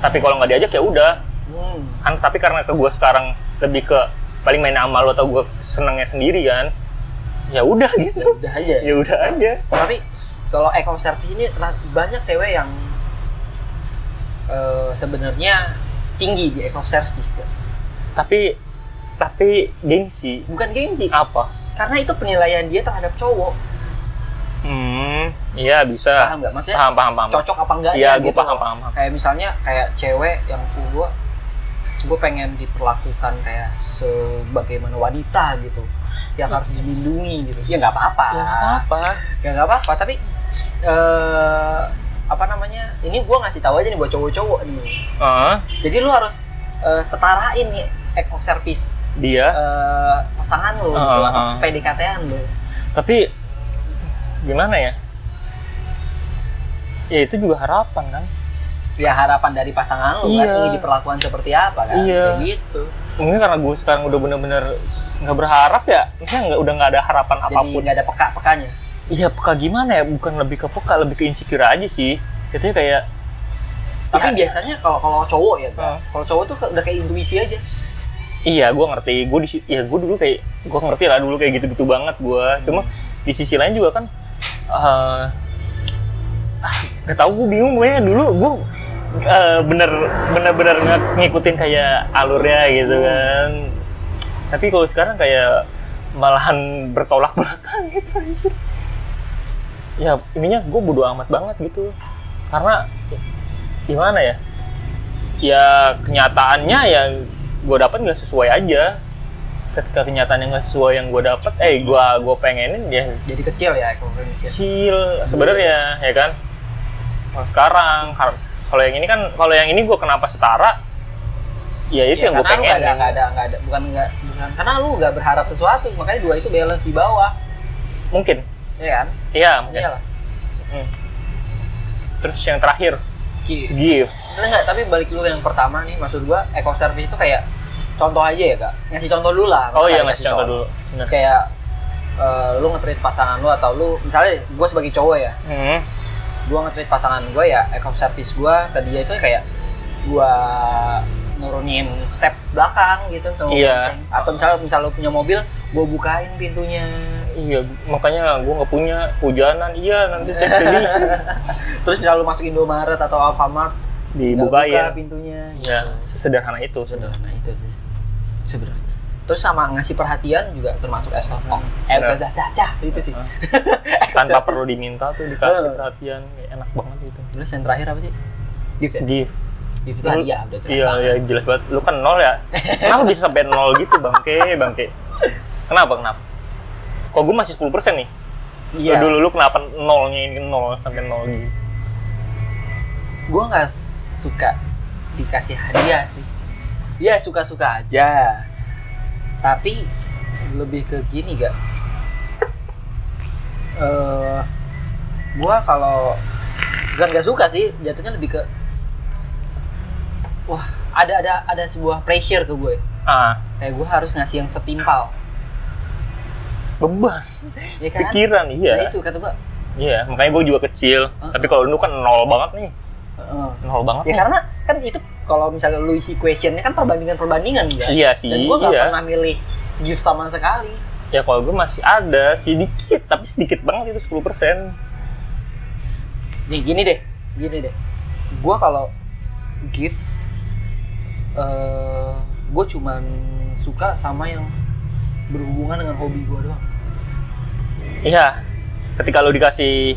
S2: tapi kalau nggak diajak ya udah
S1: hmm.
S2: kan tapi karena ke gue sekarang lebih ke paling main sama lo atau gue senengnya sendiri kan ya udah
S1: ya
S2: gitu
S1: udah aja
S2: ya udah aja
S1: tapi kalau eco service ini ra- banyak cewek yang eh, sebenarnya tinggi di eco service Kak.
S2: tapi tapi gengsi
S1: bukan gengsi
S2: apa
S1: karena itu penilaian dia terhadap cowok
S2: hmm iya bisa
S1: paham nggak maksudnya
S2: paham paham paham
S1: cocok gitu. apa enggak
S2: iya gue paham paham paham.
S1: kayak misalnya kayak cewek yang gue gue pengen diperlakukan kayak sebagaimana wanita gitu yang harus dilindungi gitu ya nggak apa-apa
S2: ya nggak apa
S1: ya nggak apa-apa tapi eh apa namanya ini gue ngasih tahu aja nih buat cowok-cowok nih
S2: Eh,
S1: jadi lu harus eh, setarain nih act of service
S2: dia
S1: eh, pasangan lu gitu,
S2: Ah,
S1: atau
S2: ah.
S1: PDKT-an lu
S2: tapi gimana ya ya itu juga harapan kan
S1: ya harapan dari pasangan lu kan
S2: Iya.
S1: ingin diperlakukan seperti apa kan
S2: Iya.
S1: kayak gitu
S2: mungkin karena gue sekarang udah bener-bener nggak berharap ya maksudnya nggak udah nggak ada harapan
S1: jadi
S2: apapun
S1: nggak ada peka-pekanya
S2: Iya peka gimana ya? Bukan lebih ke peka, lebih ke insecure aja sih. Itu kayak
S1: tapi
S2: Ya.
S1: biasanya kalau kalau cowok ya kan
S2: Ah.
S1: kalau cowok tuh ke- udah kayak intuisi aja
S2: iya gue ngerti. Gue di si- ya gue dulu kayak gue ngerti lah dulu kayak gitu-gitu banget gue. Cuma di sisi lain juga kan eh ah, nggak tahu gue bingung gue dulu gue eh, bener bener bener nge- ngikutin kayak alurnya gitu kan. Tapi kalau sekarang kayak malahan bertolak belakang gitu anjir. Ya ininya gue bodo amat banget gitu. Karena gimana ya? Ya kenyataannya ya gue dapat nggak sesuai aja ketika kenyataannya nggak sesuai yang gue dapet eh gue gue pengenin ya
S1: jadi kecil ya kompromisnya
S2: kecil sebenarnya ya kan Kalau sekarang har- kalau yang ini kan kalau yang ini gue kenapa setara ya itu yang
S1: karena
S2: gue
S1: lu
S2: pengen
S1: nggak ada nggak ada nggak ada bukan nggak bukan karena lu nggak berharap sesuatu makanya dua itu balance di bawah
S2: mungkin
S1: ya kan
S2: iya mungkin
S1: iyalah
S2: Hmm. terus yang terakhir
S1: Ki-
S2: give
S1: Nah, enggak, tapi balik dulu ke yang pertama nih, maksud gua eco service itu kayak contoh aja ya, Kak. Ngasih contoh dulu lah.
S2: oh
S1: Kak,
S2: iya
S1: dikasih
S2: ngasih contoh dulu Bener.
S1: Kayak eh, lu nge-treat pasangan lu atau lu misalnya gua sebagai cowok ya,
S2: Hmm.
S1: gua nge-treat pasangan gua ya eco service gua ke dia itu kayak gua nurunin step belakang gitu tuh.
S2: Iya.
S1: Atau misalnya misalnya lu punya mobil, gua bukain pintunya.
S2: iya makanya gue nggak punya hujanan iya nanti cek jadi
S1: Terus misalnya lu masuk Indomaret atau Alfamart, nggak buka
S2: dibukain
S1: pintunya.
S2: ya sesederhana itu sebenarnya
S1: sederhana itu sih sebenarnya terus sama ngasih perhatian juga termasuk esok eh
S2: Benar.
S1: dah dah dah itu sih
S2: Heeh. tanpa
S1: Gratis.
S2: perlu diminta tuh dikasih
S1: Heeh.
S2: perhatian Ya, enak banget itu
S1: terus yang terakhir apa sih gift ya?
S2: give
S1: gift itu
S2: Lu-
S1: hadiah udah jelas
S2: iya
S1: banget.
S2: iya jelas banget lu kan nol ya kenapa bisa sampai nol gitu bangke bangke kenapa kenapa kok gue masih 10% nih
S1: iya
S2: lu dulu lu kenapa nolnya ini nol sampai nol gitu
S1: gue nggak suka dikasih hadiah sih ya suka suka aja tapi lebih ke gini gak eh gue kalau bukan gak suka sih jatuhnya lebih ke wah ada ada ada sebuah pressure ke gue
S2: ah
S1: kayak gue harus ngasih yang setimpal
S2: beban
S1: ya kan
S2: pikiran
S1: Nah,
S2: iya
S1: itu kata gue
S2: iya makanya gue juga kecil
S1: Heeh.
S2: tapi kalau lu kan nol banget nih
S1: eh,
S2: nol banget
S1: ya
S2: nih
S1: karena kan itu kalau misalnya lu isi questionnya kan perbandingan perbandingan ya
S2: iya sih
S1: dan gue gak
S2: iya
S1: pernah milih gift sama sekali
S2: ya kalau gue masih ada sedikit tapi sedikit banget itu 10%
S1: Nih gini deh, gini deh. Gua kalau gift eh gue cuman suka sama yang berhubungan dengan hobi gue doang.
S2: Iya, ketika lu dikasih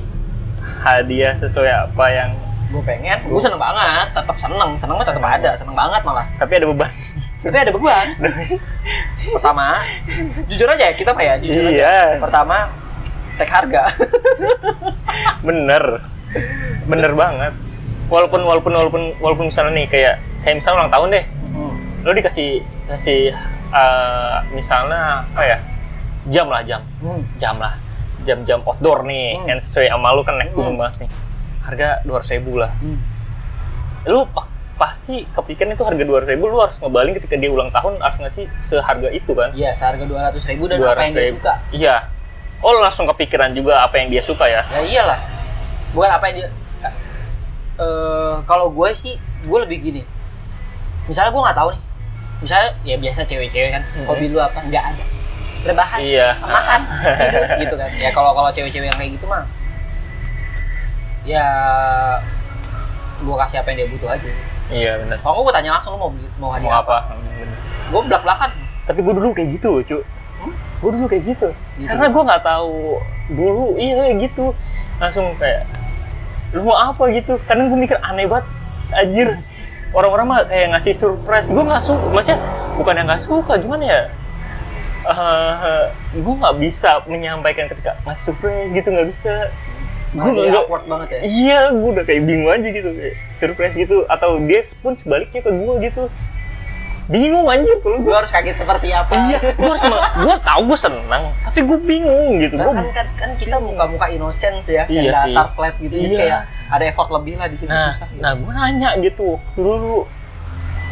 S2: hadiah sesuai apa yang
S1: Gue pengen, gue seneng banget, tetap seneng, seneng mah tetap ada, seneng banget malah.
S2: tapi ada beban.
S1: Tapi ada beban. Pertama, jujur aja ya, kita mah ya, jujur aja.
S2: iya,
S1: Pertama, tag harga.
S2: bener, bener banget. Walaupun walaupun walaupun walaupun misalnya nih kayak kayak misalnya
S1: Hmm.
S2: ulang tahun deh, lu dikasih kasih eh, misalnya apa ya jam lah jam
S1: Hmm.
S2: jam lah jam-jam outdoor nih
S1: Hmm.
S2: kan sesuai sama lu kan naik
S1: Hmm.
S2: gunung banget nih harga dua ribu lah
S1: Hmm.
S2: lu pa- pasti kepikiran itu harga dua ribu lu harus ngebalin ketika dia ulang tahun harus ngasih seharga itu kan
S1: Iya, seharga 200 ribu dan apa yang dia
S2: 200.000.
S1: suka.
S2: iya oh lu langsung kepikiran juga apa yang dia suka ya
S1: Ya iyalah. Bukan apa yang dia Eh, kalau gue sih, gue lebih gini. Misalnya gue nggak tahu nih. Misalnya ya biasa cewek-cewek kan,
S2: Mhm.
S1: hobi lu apa? Nggak ada. Rebahan,
S2: iya
S1: makan, tidur, gitu kan. Ya kalau kalau cewek-cewek yang kayak gitu mah, ya gue kasih apa yang dia butuh aja.
S2: iya benar
S1: Kalau gue tanya langsung lu mau beli- mau
S2: mau
S1: hadiah apa?
S2: apa Bener.
S1: Gue belak-belakan.
S2: tapi gue dulu kayak gitu cu
S1: Hmm?
S2: gue dulu kayak gitu,
S1: Gitu.
S2: karena gue nggak tahu dulu iya kayak gitu langsung kayak lu mau apa gitu kadang gue mikir aneh banget anjir orang-orang mah kayak ngasih surprise gue nggak suka maksudnya bukan yang nggak suka cuman ya eh gue nggak bisa menyampaikan ketika ngasih surprise gitu nggak bisa
S1: Malah
S2: Gua
S1: dia
S2: nggak-
S1: awkward banget ya.
S2: Iya, gue udah kayak bingung aja gitu, kayak surprise gitu. Atau dia pun sebaliknya ke gue gitu. Bingung anjir kalau
S1: Gue
S2: gue.
S1: harus kaget seperti apa?
S2: Iya, gue harus gue tahu gue seneng, tapi gue bingung gitu.
S1: Nah,
S2: Gua-
S1: kan, kan, kan kita muka-muka innocence ya,
S2: Iya
S1: kayak
S2: sih.
S1: datar flat gitu, jadi
S2: Iya.
S1: kayak ada effort lebih lah di sini
S2: nah,
S1: susah. Gitu.
S2: nah gue nanya gitu dulu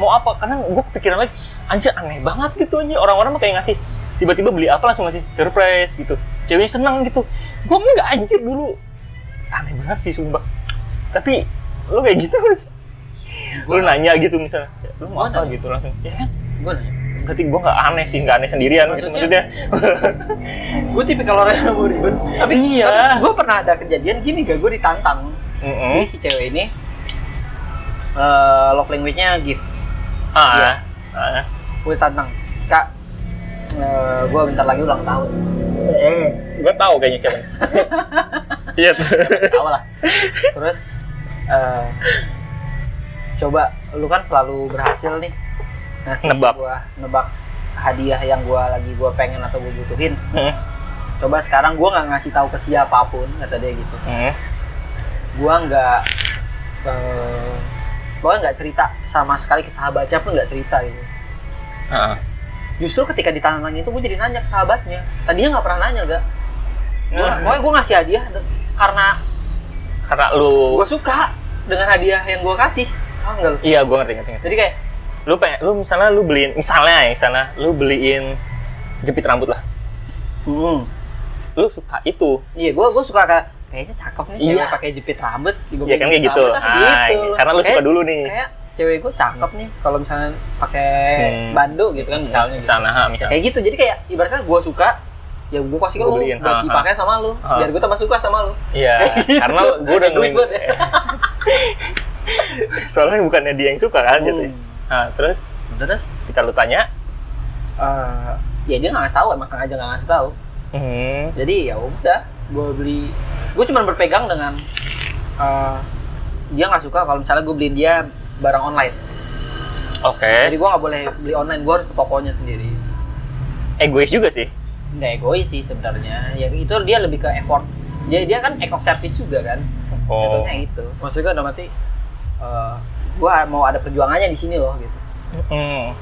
S2: mau apa? Karena gue kepikiran lagi, anjir aneh banget gitu anjir. Orang-orang mah kayak ngasih tiba-tiba beli apa langsung ngasih surprise gitu. Ceweknya seneng gitu. Gue enggak anjir dulu. Aneh banget sih sumpah. Tapi lu kayak gitu gak sih?
S1: Iya.
S2: lu nanya gitu misalnya lu
S1: Gua
S2: mau apa
S1: nanya.
S2: gitu langsung ya kan
S1: gue nanya,
S2: berarti gua nggak aneh sih nggak aneh sendirian gitu
S1: Maksudnya?
S2: maksudnya
S1: gue tipikal orang yang mau ribet. Tapi
S2: Iya.
S1: gue pernah ada kejadian gini gak, gue ditantang.
S2: Mm-mm.
S1: Jadi si cewek ini eh, love language-nya gift, Iya.
S2: ah ah.
S1: gue tantang. Kak, gue bentar lagi ulang tahun.
S2: Mm, gua tahu kayaknya siapa iya
S1: Tahu lah. Terus eh, coba lu kan selalu berhasil nih ngasih
S2: Nebak.
S1: gua nebak hadiah yang gua lagi gua pengen atau gua butuhin.
S2: Hmm,
S1: Coba sekarang gua nggak ngasih tahu ke siapapun kata dia gitu.
S2: Mm.
S1: Gua nggak eh gua nggak cerita sama sekali ke sahabatnya pun nggak cerita gitu.
S2: Ah.
S1: Justru ketika ditantangin itu gue jadi nanya ke sahabatnya. Tadinya nggak pernah nanya gak. Gua,
S2: Nah,
S1: pokoknya gue ngasih hadiah de- karena
S2: karena lu
S1: gue suka dengan hadiah yang gue kasih. Paham nggak lu?
S2: iya gua ngerti ngerti ngerti
S1: Jadi kayak
S2: lu pengen lu misalnya lu beliin misalnya ya misalnya lu beliin jepit rambut lah
S1: Hmm.
S2: lu suka itu
S1: Iya, gue gue suka kayak kayaknya cakep nih cewek
S2: Iya.
S1: pakai jepit rambut. Gua
S2: Iya kan
S1: pakai
S2: kayak
S1: jepit
S2: gitu.
S1: rambut, ah,
S2: Ah,
S1: gitu. Eh.
S2: iya. Karena lu suka
S1: Kayak-
S2: dulu nih.
S1: Kayak cewek gue cakep nih kalau misalnya pakai
S2: Hmm.
S1: bando gitu kan misalnya. gitu.
S2: misalnya ha, misalnya
S1: Kayak gitu. Jadi kayak ibaratnya gue suka ya gue kasih ke
S2: Gua
S1: lu
S2: beliin,
S1: buat
S2: ah, ah.
S1: dipakai sama lu
S2: Ah.
S1: biar gue tambah suka sama lu.
S2: iya
S1: Gitu.
S2: karena gua udah Eh.
S1: Egois banget ya.
S2: soalnya bukannya dia yang suka kan gitu
S1: Hmm.
S2: nah terus
S1: Terus
S2: kita lu tanya
S1: eh, ya dia nggak ngasih tahu emang sengaja nggak ngasih tahu.
S2: hmm,
S1: Jadi ya udah gue beli gue cuma berpegang dengan eh, dia nggak suka kalau misalnya gue beliin dia barang online.
S2: oke
S1: Jadi gue nggak boleh beli online, gue harus ke tokonya sendiri.
S2: egois juga sih
S1: Nggak egois sih sebenarnya. Ya itu dia lebih ke effort. Dia dia kan eco service juga kan.
S2: oh
S1: Jatuhnya gitu. itu. Maksud gue udah mati. gue eh, mau ada perjuangannya di sini loh gitu.
S2: Hmm.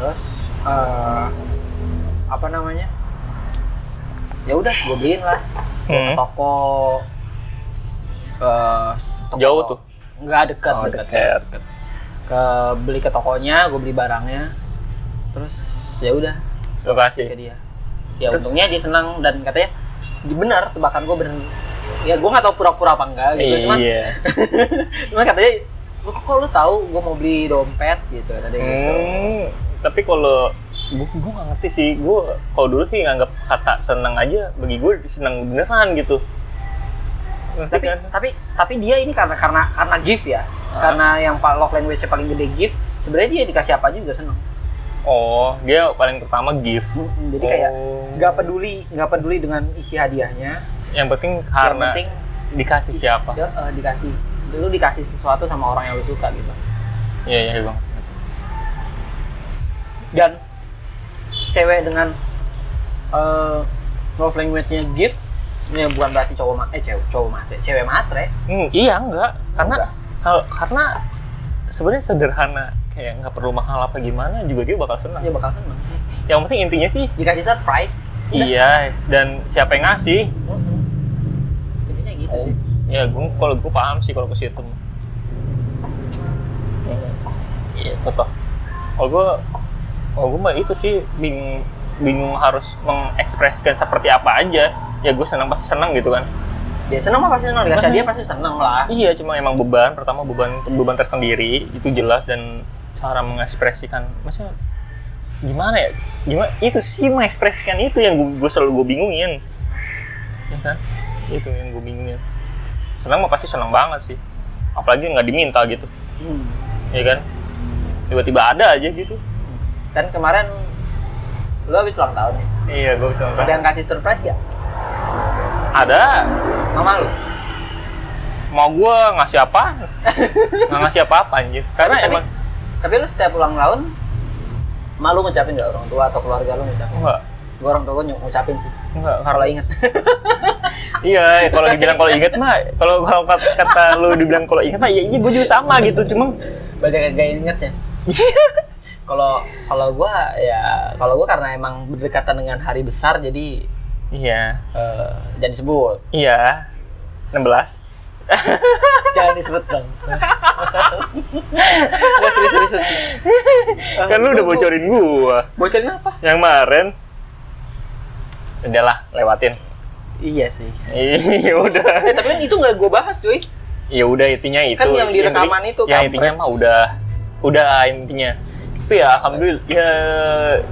S1: Terus eh, apa namanya? Ya udah, gue beliin lah
S2: Hmm.
S1: toko. eh, toko-
S2: Jauh tuh?
S1: Nggak dekat,
S2: Oh,
S1: dekat.
S2: deket.
S1: Ke beli ke tokonya, gue beli barangnya. Terus ya udah,
S2: Lu
S1: ke
S2: kasih.
S1: dia ya untungnya dia senang dan katanya benar tebakan gue bener ya gue nggak tahu pura-pura apa enggak gitu cuman
S2: Iya.
S1: cuman katanya lu kok lu tahu gue mau beli dompet gitu tadi gitu
S2: Hmm. Tapi kalau gua, gua gak ngerti sih, gua kalau dulu sih nganggap kata seneng aja bagi gua seneng beneran gitu. Ngerti
S1: tapi
S2: kan?
S1: tapi tapi dia ini karena karena karena gift ya
S2: Ah.
S1: karena yang pa- love language paling gede gift sebenarnya dia dikasih apa aja juga seneng
S2: Oh, dia paling pertama gift.
S1: jadi kayak
S2: Oh.
S1: nggak peduli nggak peduli dengan isi hadiahnya
S2: Yang penting
S1: yang
S2: karena
S1: penting
S2: dikasih siapa.
S1: dia, eh, dikasih dulu dikasih sesuatu sama orang yang lu suka gitu
S2: Iya, iya, Bang.
S1: dan cewek dengan eh love language-nya gift ini bukan berarti cowok ma- eh cewek cowok matre cewek matre
S2: Hmm, iya enggak karena
S1: Enggak.
S2: kalau karena
S1: Iya.
S2: sebenarnya sederhana kayak nggak perlu mahal apa gimana juga dia bakal senang.
S1: dia bakal seneng
S2: yang penting intinya sih
S1: dikasih surprise
S2: iya dan siapa yang ngasih
S1: Mm-mm. intinya gitu sih
S2: ya gue kalau gue paham sih kalau ke situ iya betul kalau gue kalau gue mah itu sih bingung bingung harus mengekspresikan seperti apa aja ya gue senang pasti senang gitu kan
S1: dia seneng mah pasti seneng dikasih hadiah pasti seneng lah
S2: iya cuma emang beban pertama beban beban tersendiri itu jelas dan cara mengekspresikan maksudnya gimana ya gimana itu sih mengekspresikan itu yang gue, selalu gue bingungin ya kan itu yang gue bingungin senang mah pasti senang banget sih apalagi nggak diminta gitu
S1: Hmm.
S2: ya kan tiba-tiba ada aja gitu
S1: kan kemarin lu habis ulang tahun ya
S2: iya gue bisa
S1: ada yang kasih surprise gak
S2: ada
S1: mama lu
S2: mau gue ngasih apa nggak ngasih apa-apa anjir karena
S1: tapi,
S2: emang
S1: tapi lu setiap ulang tahun malu ngucapin gak orang tua atau keluarga lu ngucapin
S2: enggak
S1: gua orang tua gua nyu- ngucapin sih
S2: enggak
S1: kalau inget
S2: iya kalau dibilang kalau inget mah kalau kalau kat- kata lu dibilang kalau inget mah ya iya gue juga sama gitu cuma
S1: banyak gak inget ya kalau kalau gua ya kalau gua karena emang berdekatan dengan hari besar jadi
S2: iya
S1: eh, jangan disebut
S2: iya 16
S1: jangan disebut bang Nggak, serius serius, serius.
S2: kan lu udah bocorin gua
S1: bocorin apa
S2: yang kemarin udahlah lewatin
S1: iya sih
S2: iya udah
S1: eh, tapi kan itu nggak gua bahas cuy
S2: ya udah intinya itu
S1: Kan yang di rekaman
S2: inti-
S1: itu,
S2: ya
S1: kampret.
S2: intinya mah udah udah intinya tapi ya alhamdulillah ya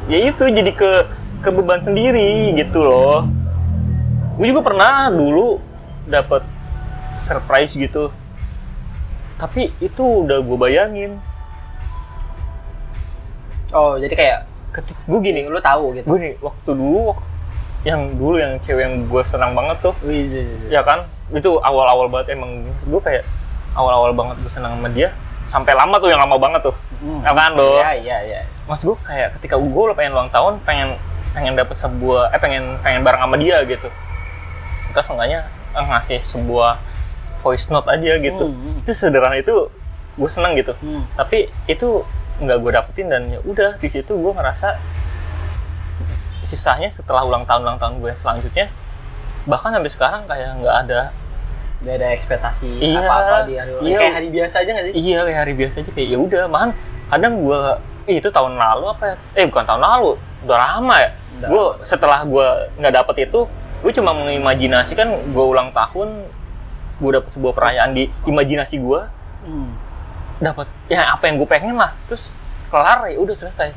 S2: ya itu jadi ke ke beban sendiri gitu loh gue juga pernah dulu dapat surprise gitu tapi itu udah gue bayangin
S1: oh jadi kayak
S2: gue gini
S1: lu tahu gitu
S2: gue nih waktu dulu wak- yang dulu yang cewek yang gue senang banget tuh
S1: Wih, zih, zih, zih.
S2: ya kan itu awal-awal banget emang gue kayak awal-awal banget gue senang sama dia sampai lama tuh yang lama banget tuh
S1: Hmm.
S2: Ya kan lo?
S1: Iya, iya, iya.
S2: Mas gue kayak ketika gue lo pengen ulang tahun, pengen pengen dapet sebuah eh pengen pengen bareng sama dia gitu. Kita seenggaknya eh, ngasih sebuah voice note aja gitu.
S1: Hmm.
S2: Itu sederhana itu gue seneng gitu.
S1: Hmm.
S2: Tapi itu nggak gue dapetin dan ya udah di situ gue ngerasa sisanya setelah ulang tahun ulang tahun gue selanjutnya bahkan sampai sekarang kayak nggak ada
S1: Gak ada ekspektasi
S2: Iya.
S1: apa-apa di hari ulang.
S2: Iya.
S1: Kayak hari biasa aja gak sih?
S2: Iya kayak hari biasa aja kayak ya udah mahan kadang gua "Ih, itu tahun lalu apa ya? Eh bukan tahun lalu, udah lama ya.
S1: Udah
S2: Gua setelah gua nggak dapet itu, gua cuma mengimajinasikan gua ulang tahun, gua dapet sebuah perayaan di imajinasi gua,
S1: Hmm.
S2: dapat ya apa yang gua pengen lah, terus kelar ya udah selesai.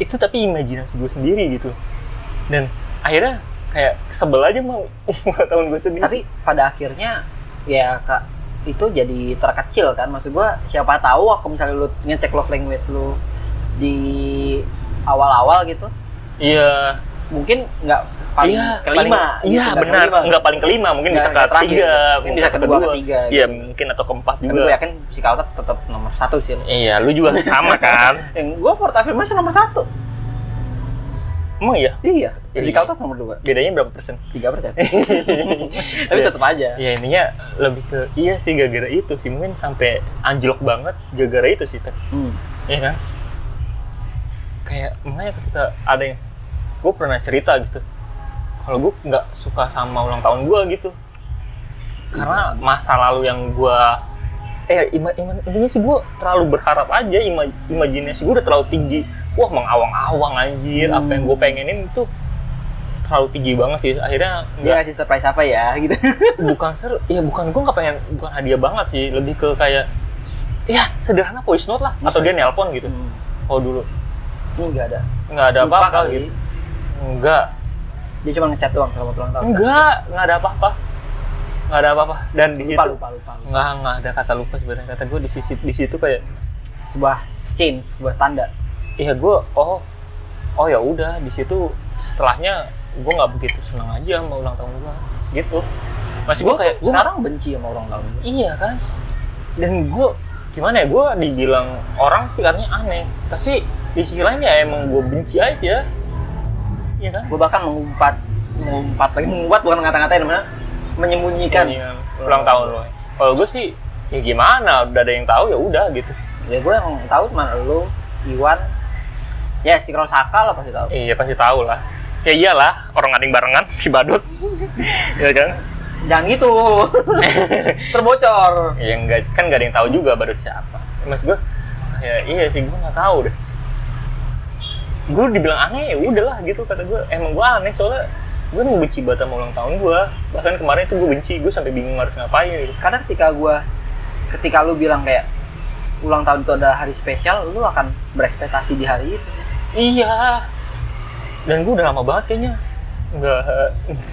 S2: Itu tapi imajinasi gua sendiri gitu. Dan akhirnya kayak sebel aja mau ulang tahun gua sendiri.
S1: Tapi pada akhirnya ya kak itu jadi terkecil kan maksud gua siapa tahu aku misalnya lu ngecek love language lu di awal-awal gitu
S2: iya,
S1: mungkin nggak paling
S2: Iya,
S1: kelima
S2: paling- iya
S1: gitu, nggak
S2: benar
S1: kelima.
S2: nggak paling kelima mungkin
S1: Nggak-
S2: bisa
S1: nggak terakhir,
S2: ketiga
S1: gitu. Mungkin bisa kedua, ketiga,
S2: iya mungkin atau keempat
S1: tapi gue
S2: juga
S1: yakin si Kautat tetap nomor satu sih
S2: iya lu juga sama kan
S1: yang gue port afirmasi nomor satu
S2: emang iya
S1: iya si
S2: Iya.
S1: Kautat nomor dua
S2: bedanya berapa persen
S1: tiga persen tapi tetap aja
S2: ya intinya lebih ke iya sih gara-gara itu sih mungkin sampai anjlok banget gara-gara itu sih Tet.
S1: Hmm.
S2: Iya kan? Kayak makanya ketika ada yang gue pernah cerita gitu, kalau gue nggak suka sama ulang tahun gue gitu, karena masa lalu yang gue eh ima, ima, intinya sih gue terlalu berharap aja ima, imajinasi gue udah terlalu tinggi wah mengawang-awang anjir apa yang gue pengenin itu terlalu tinggi banget sih akhirnya
S1: dia
S2: nggak-
S1: ngasih surprise apa ya gitu
S2: bukan ser ya bukan gue nggak pengen bukan hadiah banget sih lebih ke kayak ya sederhana voice note lah atau dia nelpon gitu kalau dulu
S1: enggak Hmm. ada
S2: nggak ada
S1: Lupa
S2: apa-apa
S1: kali.
S2: gitu nggak
S1: dia cuma ngechat doang selama ulang tahun
S2: nggak nggak ada apa-apa nggak ada apa-apa dan di
S1: lupa
S2: situ
S1: lupa lupa lupa.
S2: nggak nggak ada kata lupa sebenarnya kata gue di sisi di situ kayak
S1: sebuah scene sebuah tanda
S2: iya gue oh oh ya udah di situ setelahnya gue nggak begitu senang aja sama ulang tahun gue gitu masih gue kayak gue
S1: sekarang benci sama ulang tahun gue.
S2: Iya kan? Dan gue gimana ya? Gue dibilang orang sih katanya aneh, tapi di sisi lain ya emang gue benci aja. Iya kan?
S1: gue bahkan mengumpat mengumpat lagi mengumpat bukan ngata-ngatain namanya menyembunyikan
S2: Kan ulang tahun lo. Kalau gue sih ya gimana? Udah ada yang tahu ya udah gitu.
S1: ya gue yang tahu cuma lu Iwan Ya, si Krosaka lah pasti tahu.
S2: Iya pasti tahu lah. Ya iyalah, orang ngading barengan si badut. Iya kan?
S1: Jangan gitu. Terbocor.
S2: Ya enggak kan nggak ada yang tahu juga badut siapa. Mas gue ya iya sih gue nggak tahu deh. Gue dibilang aneh ya udahlah gitu kata gue. Emang gue aneh soalnya gue benci banget sama ulang tahun gue. Bahkan kemarin itu gue benci, gue sampai bingung harus ngapain gitu.
S1: Karena ketika gua ketika lu bilang kayak ulang tahun itu adalah hari spesial, lu akan berekspektasi di hari itu.
S2: Iya. Dan gue udah lama banget kayaknya nggak nggak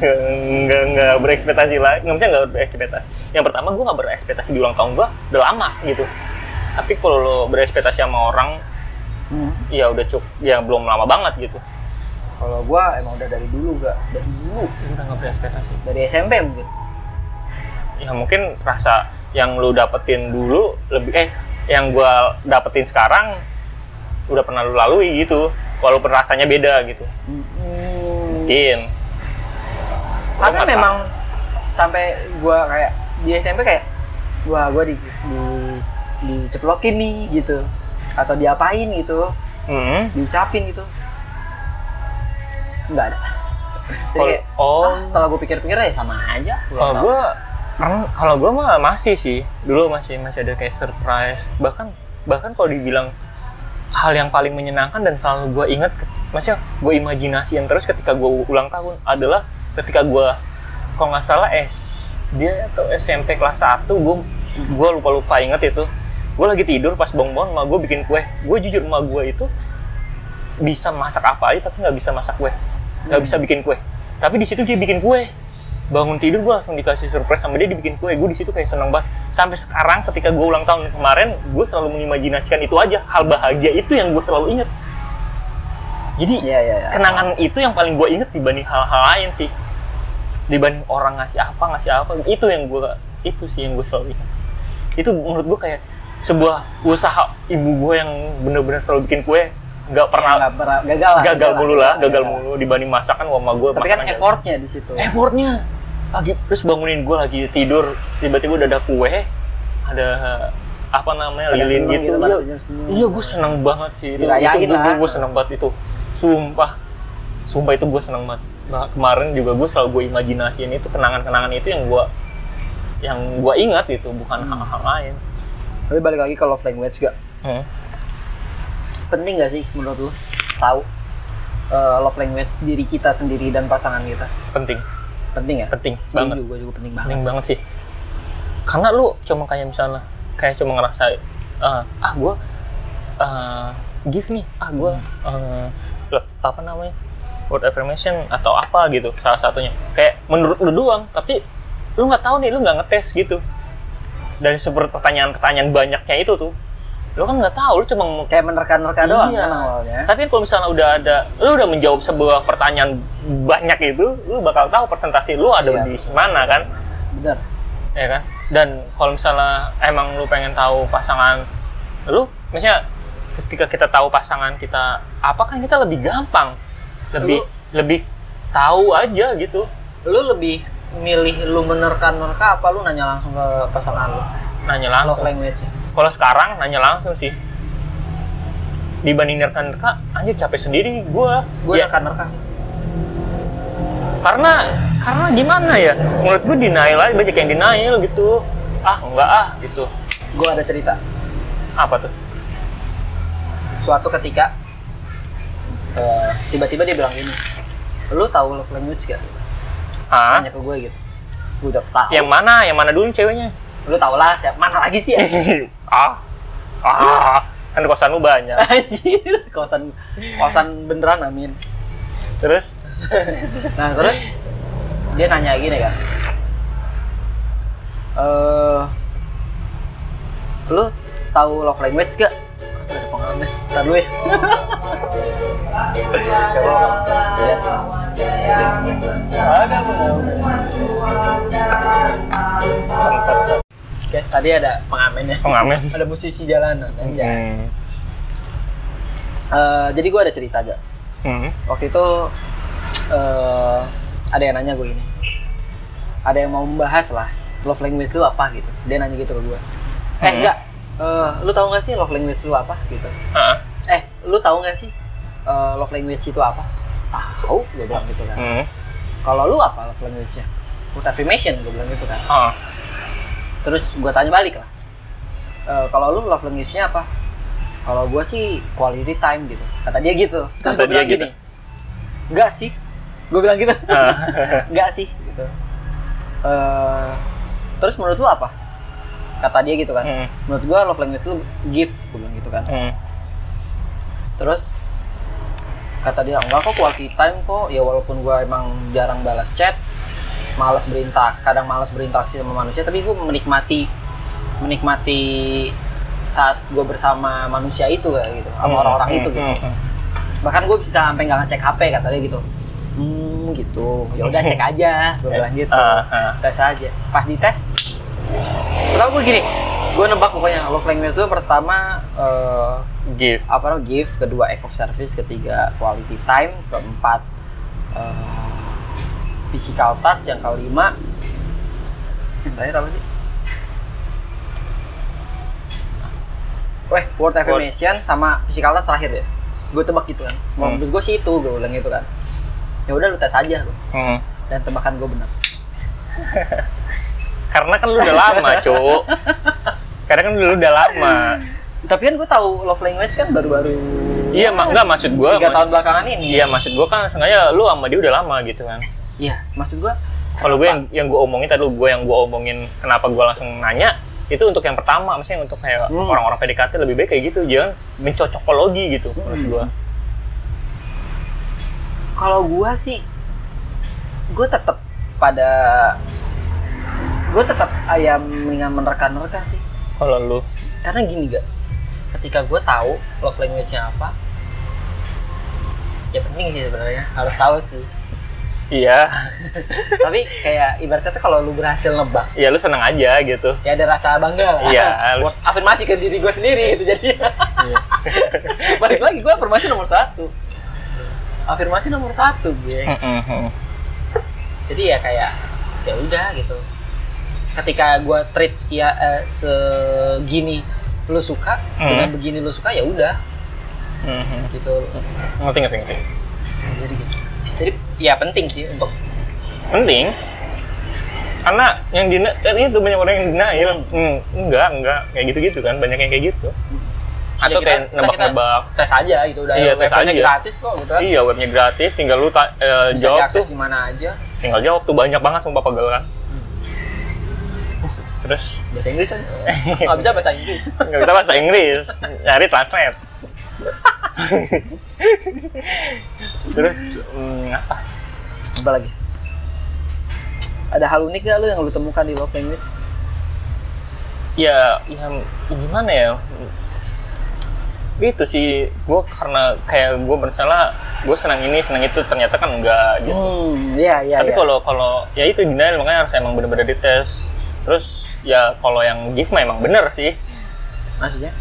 S2: nggak, nggak berekspektasi lagi nggak bisa nggak berekspektasi yang pertama gue nggak berekspektasi di ulang tahun gue udah lama gitu tapi kalau lo berekspektasi sama orang ya udah cukup ya belum lama banget gitu
S1: Kalau gua emang udah dari dulu gak dari dulu
S2: udah nggak berekspektasi
S1: dari SMP mungkin.
S2: ya mungkin rasa yang lo dapetin dulu lebih eh yang gue dapetin sekarang udah pernah lo lalui gitu walaupun rasanya beda gitu mungkin Lo
S1: Karena
S2: nggak
S1: memang sampai gua kayak di SMP kayak wah gua di, di diceplokin nih gitu atau diapain gitu
S2: tahu. Mm.
S1: diucapin gitu nggak ada jadi
S2: Kalau-
S1: kayak
S2: oh.
S1: ah, setelah gue pikir-pikir ya sama aja
S2: Kalau gue, kalau gue mah masih sih. Dulu masih masih ada kayak surprise. Bahkan bahkan kalau dibilang hal yang paling menyenangkan dan selalu gue ingat, ke- maksudnya gue imajinasiin terus ketika gue ulang tahun adalah ketika gue kalau nggak salah S dia atau SMP kelas 1 gue gue lupa lupa inget itu gue lagi tidur pas bangun bangun gue bikin kue gue jujur emak gue itu bisa masak apa aja tapi nggak bisa masak kue nggak
S1: Hmm.
S2: bisa bikin kue tapi di situ dia bikin kue bangun tidur gue langsung dikasih surprise sama dia dibikin kue gue di situ kayak seneng banget sampai sekarang ketika gue ulang tahun kemarin gue selalu mengimajinasikan itu aja hal bahagia itu yang gue selalu inget jadi
S1: Iya, iya, iya.
S2: kenangan itu yang paling gue inget dibanding hal-hal lain sih dibanding orang ngasih apa ngasih apa itu yang gue itu sih yang gue selalu ingat itu menurut gue kayak sebuah usaha ibu gue yang bener-bener selalu bikin kue nggak pernah
S1: Iya, Nggak pernah- gagal lah,
S2: gagal mulu lah gagal
S1: gagal.
S2: mulu dibanding masakan sama gue
S1: tapi kan effortnya di situ
S2: effortnya lagi terus bangunin gue lagi tidur tiba-tiba udah ada kue ada apa namanya
S1: Pada
S2: lilin
S1: seneng
S2: gitu,
S1: gitu, pada
S2: Iya,
S1: senyum-senyum.
S2: iya gue seneng banget sih itu,
S1: Dirayain
S2: itu
S1: lah.
S2: gue seneng banget itu sumpah sumpah itu gue seneng banget Nah, kemarin juga gue selalu gue imajinasiin itu kenangan-kenangan itu yang gue yang gue ingat itu bukan hal-hal lain
S1: tapi balik lagi ke love language gak
S2: Hmm.
S1: penting gak sih menurut lu tahu eh, love language diri kita sendiri dan pasangan kita
S2: penting
S1: penting ya
S2: penting banget
S1: setuju gue juga penting banget
S2: penting banget sih karena lu cuma kayak misalnya kayak cuma ngerasa eh, ah gue give nih ah gue apa namanya word affirmation atau apa gitu salah satunya kayak menurut lu doang tapi lu nggak tahu nih lu nggak ngetes gitu dari sumber pertanyaan-pertanyaan banyaknya itu tuh lu kan nggak tahu lu cuma mau-
S1: kayak menerka-nerka doang
S2: Iya.
S1: kan awalnya
S2: tapi kan kalau misalnya udah ada lu udah menjawab sebuah pertanyaan banyak itu lu bakal tahu presentasi lu ada
S1: Iya.
S2: di mana kan
S1: bener
S2: ya kan dan kalau misalnya emang lu pengen tahu pasangan lu misalnya ketika kita tahu pasangan kita apa kan kita lebih gampang lebih lebih tahu aja gitu
S1: lu lebih milih lu menerka-nerka apa lu nanya langsung ke pasangan lu
S2: nanya
S1: love
S2: langsung
S1: language ya
S2: kalau sekarang nanya langsung sih dibanding nerka-nerka anjir capek sendiri gua
S1: gue
S2: Ya,
S1: nerka-nerka
S2: karena karena gimana ya menurut gue denial aja banyak yang denial gitu ah enggak ah gitu
S1: gue ada cerita
S2: apa tuh
S1: suatu ketika eh, tiba-tiba dia bilang gini lu tahu love language gak
S2: ah
S1: tanya ke gue gitu gue udah tahu
S2: yang mana yang mana dulu nih ceweknya
S1: lu tau lah siapa mana lagi sih ya?
S2: ah ah kan di kosan lu banyak
S1: anjir kosan kosan beneran amin
S2: terus
S1: nah terus dia nanya gini kan eh lu tahu love language gak Aduh, ada pengalaman ntar dulu ya Gak apa-apa. Iya. Ada pengalaman. Oke, tadi ada pengamennya
S2: pengamen
S1: ada musisi jalanan aja
S2: hmm.
S1: Eh, jadi gue ada cerita gak
S2: Hmm.
S1: waktu itu eh ada yang nanya gue ini ada yang mau membahas lah love language lu apa gitu dia nanya gitu ke gue eh
S2: Hmm.
S1: enggak eh, lu tahu nggak sih love language lu apa gitu
S2: Ah.
S1: eh lu tahu nggak sih eh, love language itu apa? Tahu, gue bilang gitu kan.
S2: Hmm.
S1: Kalau lu apa love language-nya? Good affirmation, gue bilang gitu kan.
S2: Ah.
S1: Terus gue tanya balik lah. Eh, kalau lu love language-nya apa? Kalau gue sih quality time gitu. Kata dia gitu. Terus
S2: Kata
S1: gue
S2: dia
S1: bilang
S2: gitu.
S1: gini. Enggak sih. Gue bilang gitu.
S2: Ah.
S1: Enggak sih gitu. Eh, terus menurut lu apa? Kata dia gitu kan.
S2: Hmm.
S1: Menurut gue love language lu give, gue bilang gitu kan.
S2: Hmm.
S1: terus kata dia enggak kok quality time kok ya walaupun gue emang jarang balas chat malas berinteraksi kadang malas berinteraksi sama manusia tapi gue menikmati menikmati saat gue bersama manusia itu kayak gitu sama
S2: Hmm.
S1: orang-orang itu
S2: Hmm.
S1: gitu
S2: Hmm.
S1: bahkan gue bisa sampai nggak ngecek hp kata dia gitu hmm gitu ya udah cek aja gue bilang gitu
S2: Ah, ah.
S1: tes aja pas dites pertama gue gini gue nebak pokoknya love language itu pertama eh,
S2: Give.
S1: apa namanya give kedua act of service ketiga quality time keempat eh, physical touch yang kelima yang terakhir apa sih Weh, word affirmation sama physical touch terakhir ya gue tebak gitu kan Mau
S2: Hmm.
S1: menurut gue sih itu gue ulang gitu kan ya udah lu tes aja tuh
S2: Hmm.
S1: dan tebakan gue benar
S2: Karena kan lu udah lama, Cuk. Karena kan lu udah lama.
S1: tapi kan gue tahu love language kan baru-baru
S2: Iya, mak enggak maksud gua.
S1: tiga
S2: mas-
S1: tahun belakangan ini
S2: Iya, maksud gua kan sengaja lu sama dia udah lama gitu kan.
S1: Iya, maksud gue
S2: Kalau gue yang yang gue omongin tadi gue yang gue omongin kenapa gue langsung nanya itu untuk yang pertama maksudnya untuk kayak
S1: Hmm.
S2: orang-orang PDKT lebih baik kayak gitu jangan mencocokologi gitu
S1: Hmm.
S2: menurut gue.
S1: kalau gua sih gua tetap pada gua tetap ayam dengan menerka-nerka sih
S2: Kalau lu
S1: karena gini gak ketika gua tahu love language-nya apa ya penting sih sebenarnya harus tahu sih
S2: iya
S1: tapi kayak ibaratnya tuh kalau lu berhasil nebak
S2: iya lu seneng aja gitu.
S1: ya ada rasa bangga lah
S2: Iya, lu-
S1: afirmasi ke diri gua sendiri itu jadi balik lagi gua afirmasi nomor satu afirmasi nomor satu geng
S2: Mm-mm.
S1: jadi ya kayak ya udah gitu ketika gue treat sekia, eh, segini lu suka
S2: Hmm.
S1: dengan begini lu suka ya udah
S2: Mm-mm.
S1: gitu
S2: Mm-hmm. ngerti ngerti ngerti.
S1: jadi gitu jadi ya penting sih untuk
S2: Penting karena yang dina eh, ini tuh banyak orang yang denial Hmm, enggak enggak kayak gitu gitu kan banyak yang kayak gitu
S1: ya
S2: atau
S1: kita-
S2: kayak
S1: kita-
S2: nebak-nebak
S1: kita tes aja gitu udah
S2: Iya, tes
S1: levelnya
S2: aja.
S1: gratis kok gitu kan
S2: iya webnya gratis tinggal lu ta- eh,
S1: bisa
S2: jawab tuh
S1: diakses di mana aja
S2: tinggal jawab tuh banyak banget sumpah pegel kan terus
S1: bahasa Inggris aja nggak bisa bahasa Inggris
S2: nggak bisa bahasa Inggris nyari translate terus hmm, apa
S1: apa lagi ada hal unik gak lu yang lu temukan di love language
S2: ya ya gimana ya itu sih gue karena kayak gue bersalah gue senang ini senang itu ternyata kan enggak gitu
S1: hmm iya iya
S2: tapi
S1: iya.
S2: kalau kalau ya itu denial makanya harus emang bener-bener dites terus ya kalau yang give mah emang bener sih
S1: maksudnya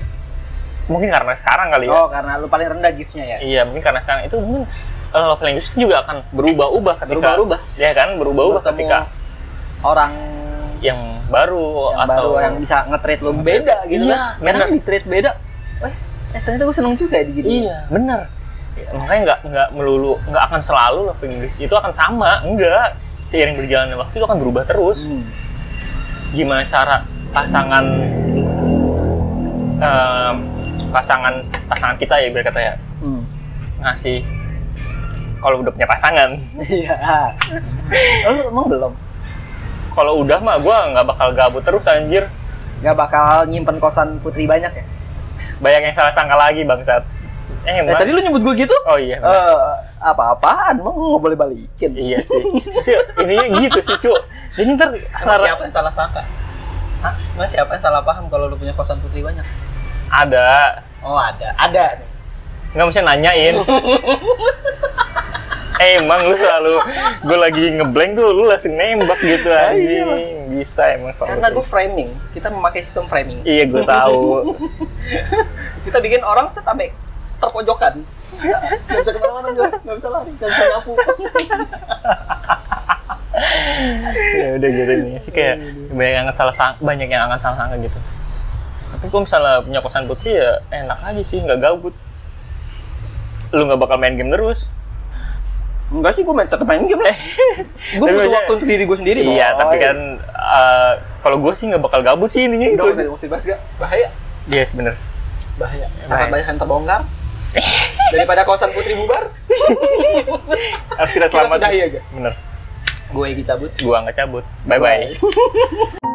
S2: mungkin karena sekarang kali ya
S1: oh karena lu paling rendah giftnya ya
S2: Iya, mungkin karena sekarang itu mungkin uh, love language juga akan berubah-ubah ketika
S1: Berubah-ubah.
S2: Ya kan, berubah-ubah
S1: Bertemu
S2: ketika
S1: orang
S2: yang baru
S1: yang
S2: atau
S1: baru yang bisa nge-treat lo beda gitu kan
S2: Iya,
S1: karena
S2: bener.
S1: kan di-treat beda eh, eh ternyata gue seneng juga ya di gini
S2: Iya, bener. Ya, makanya nggak nggak melulu nggak akan selalu love language itu akan sama, enggak. Seiring berjalannya waktu itu akan berubah terus.
S1: Hmm.
S2: Gimana cara pasangan em, pasangan pasangan kita ya biar kata ya
S1: Hmm.
S2: ngasih kalau udah punya pasangan
S1: iya lo emang belum
S2: kalau udah mah gua nggak bakal gabut terus anjir
S1: nggak bakal nyimpen kosan putri banyak ya
S2: banyak yang salah sangka lagi bangsat eh,
S1: eh
S2: Mbak.
S1: tadi lu nyebut gue gitu
S2: oh iya
S1: Eh,
S2: Mbak.
S1: apa-apaan emang gue nggak boleh balikin
S2: iya sih sih ininya gitu sih cu jadi ntar
S1: Emang
S2: lara-
S1: siapa yang salah sangka Hah? Emang siapa yang salah paham kalau lu punya kosan putri banyak?
S2: ada
S1: Oh ada, ada. nih.
S2: nggak mesti nanyain Eh, emang lu selalu gue lagi ngeblank tuh lu langsung nembak gitu
S1: Ah, iya,
S2: anjing bisa emang selalu
S1: Karena
S2: tuh.
S1: gue framing, kita memakai sistem framing.
S2: iya gue tahu
S1: kita bikin orang set sampai terpojokan nggak bisa kemana-mana gue nggak bisa lari nggak bisa nyapu
S2: ya udah gitu nih sih kayak
S1: Iya,
S2: banyak yang salah sang- banyak yang akan salah sangka gitu tapi kalau misalnya punya kosan putri ya enak aja sih nggak gabut lu nggak bakal main game terus
S1: Enggak sih, gue main tetap main game lah. gue
S2: Tapi
S1: butuh
S2: maksudnya-
S1: waktu untuk diri gue sendiri.
S2: iya
S1: boy.
S2: tapi kan eh, kalau gue sih nggak bakal gabut sih ininya
S1: Udah,
S2: itu
S1: udah, mesti bahas gak? Bahaya,
S2: yes bener
S1: bahaya.
S2: Bahaya.
S1: Sangat banyak yang terbongkar. Daripada kosan Putri bubar,
S2: harus kita
S1: kita
S2: selamat
S1: sudahi aja.
S2: bener
S1: Gue Egi cabut.
S2: gua nggak cabut bye bye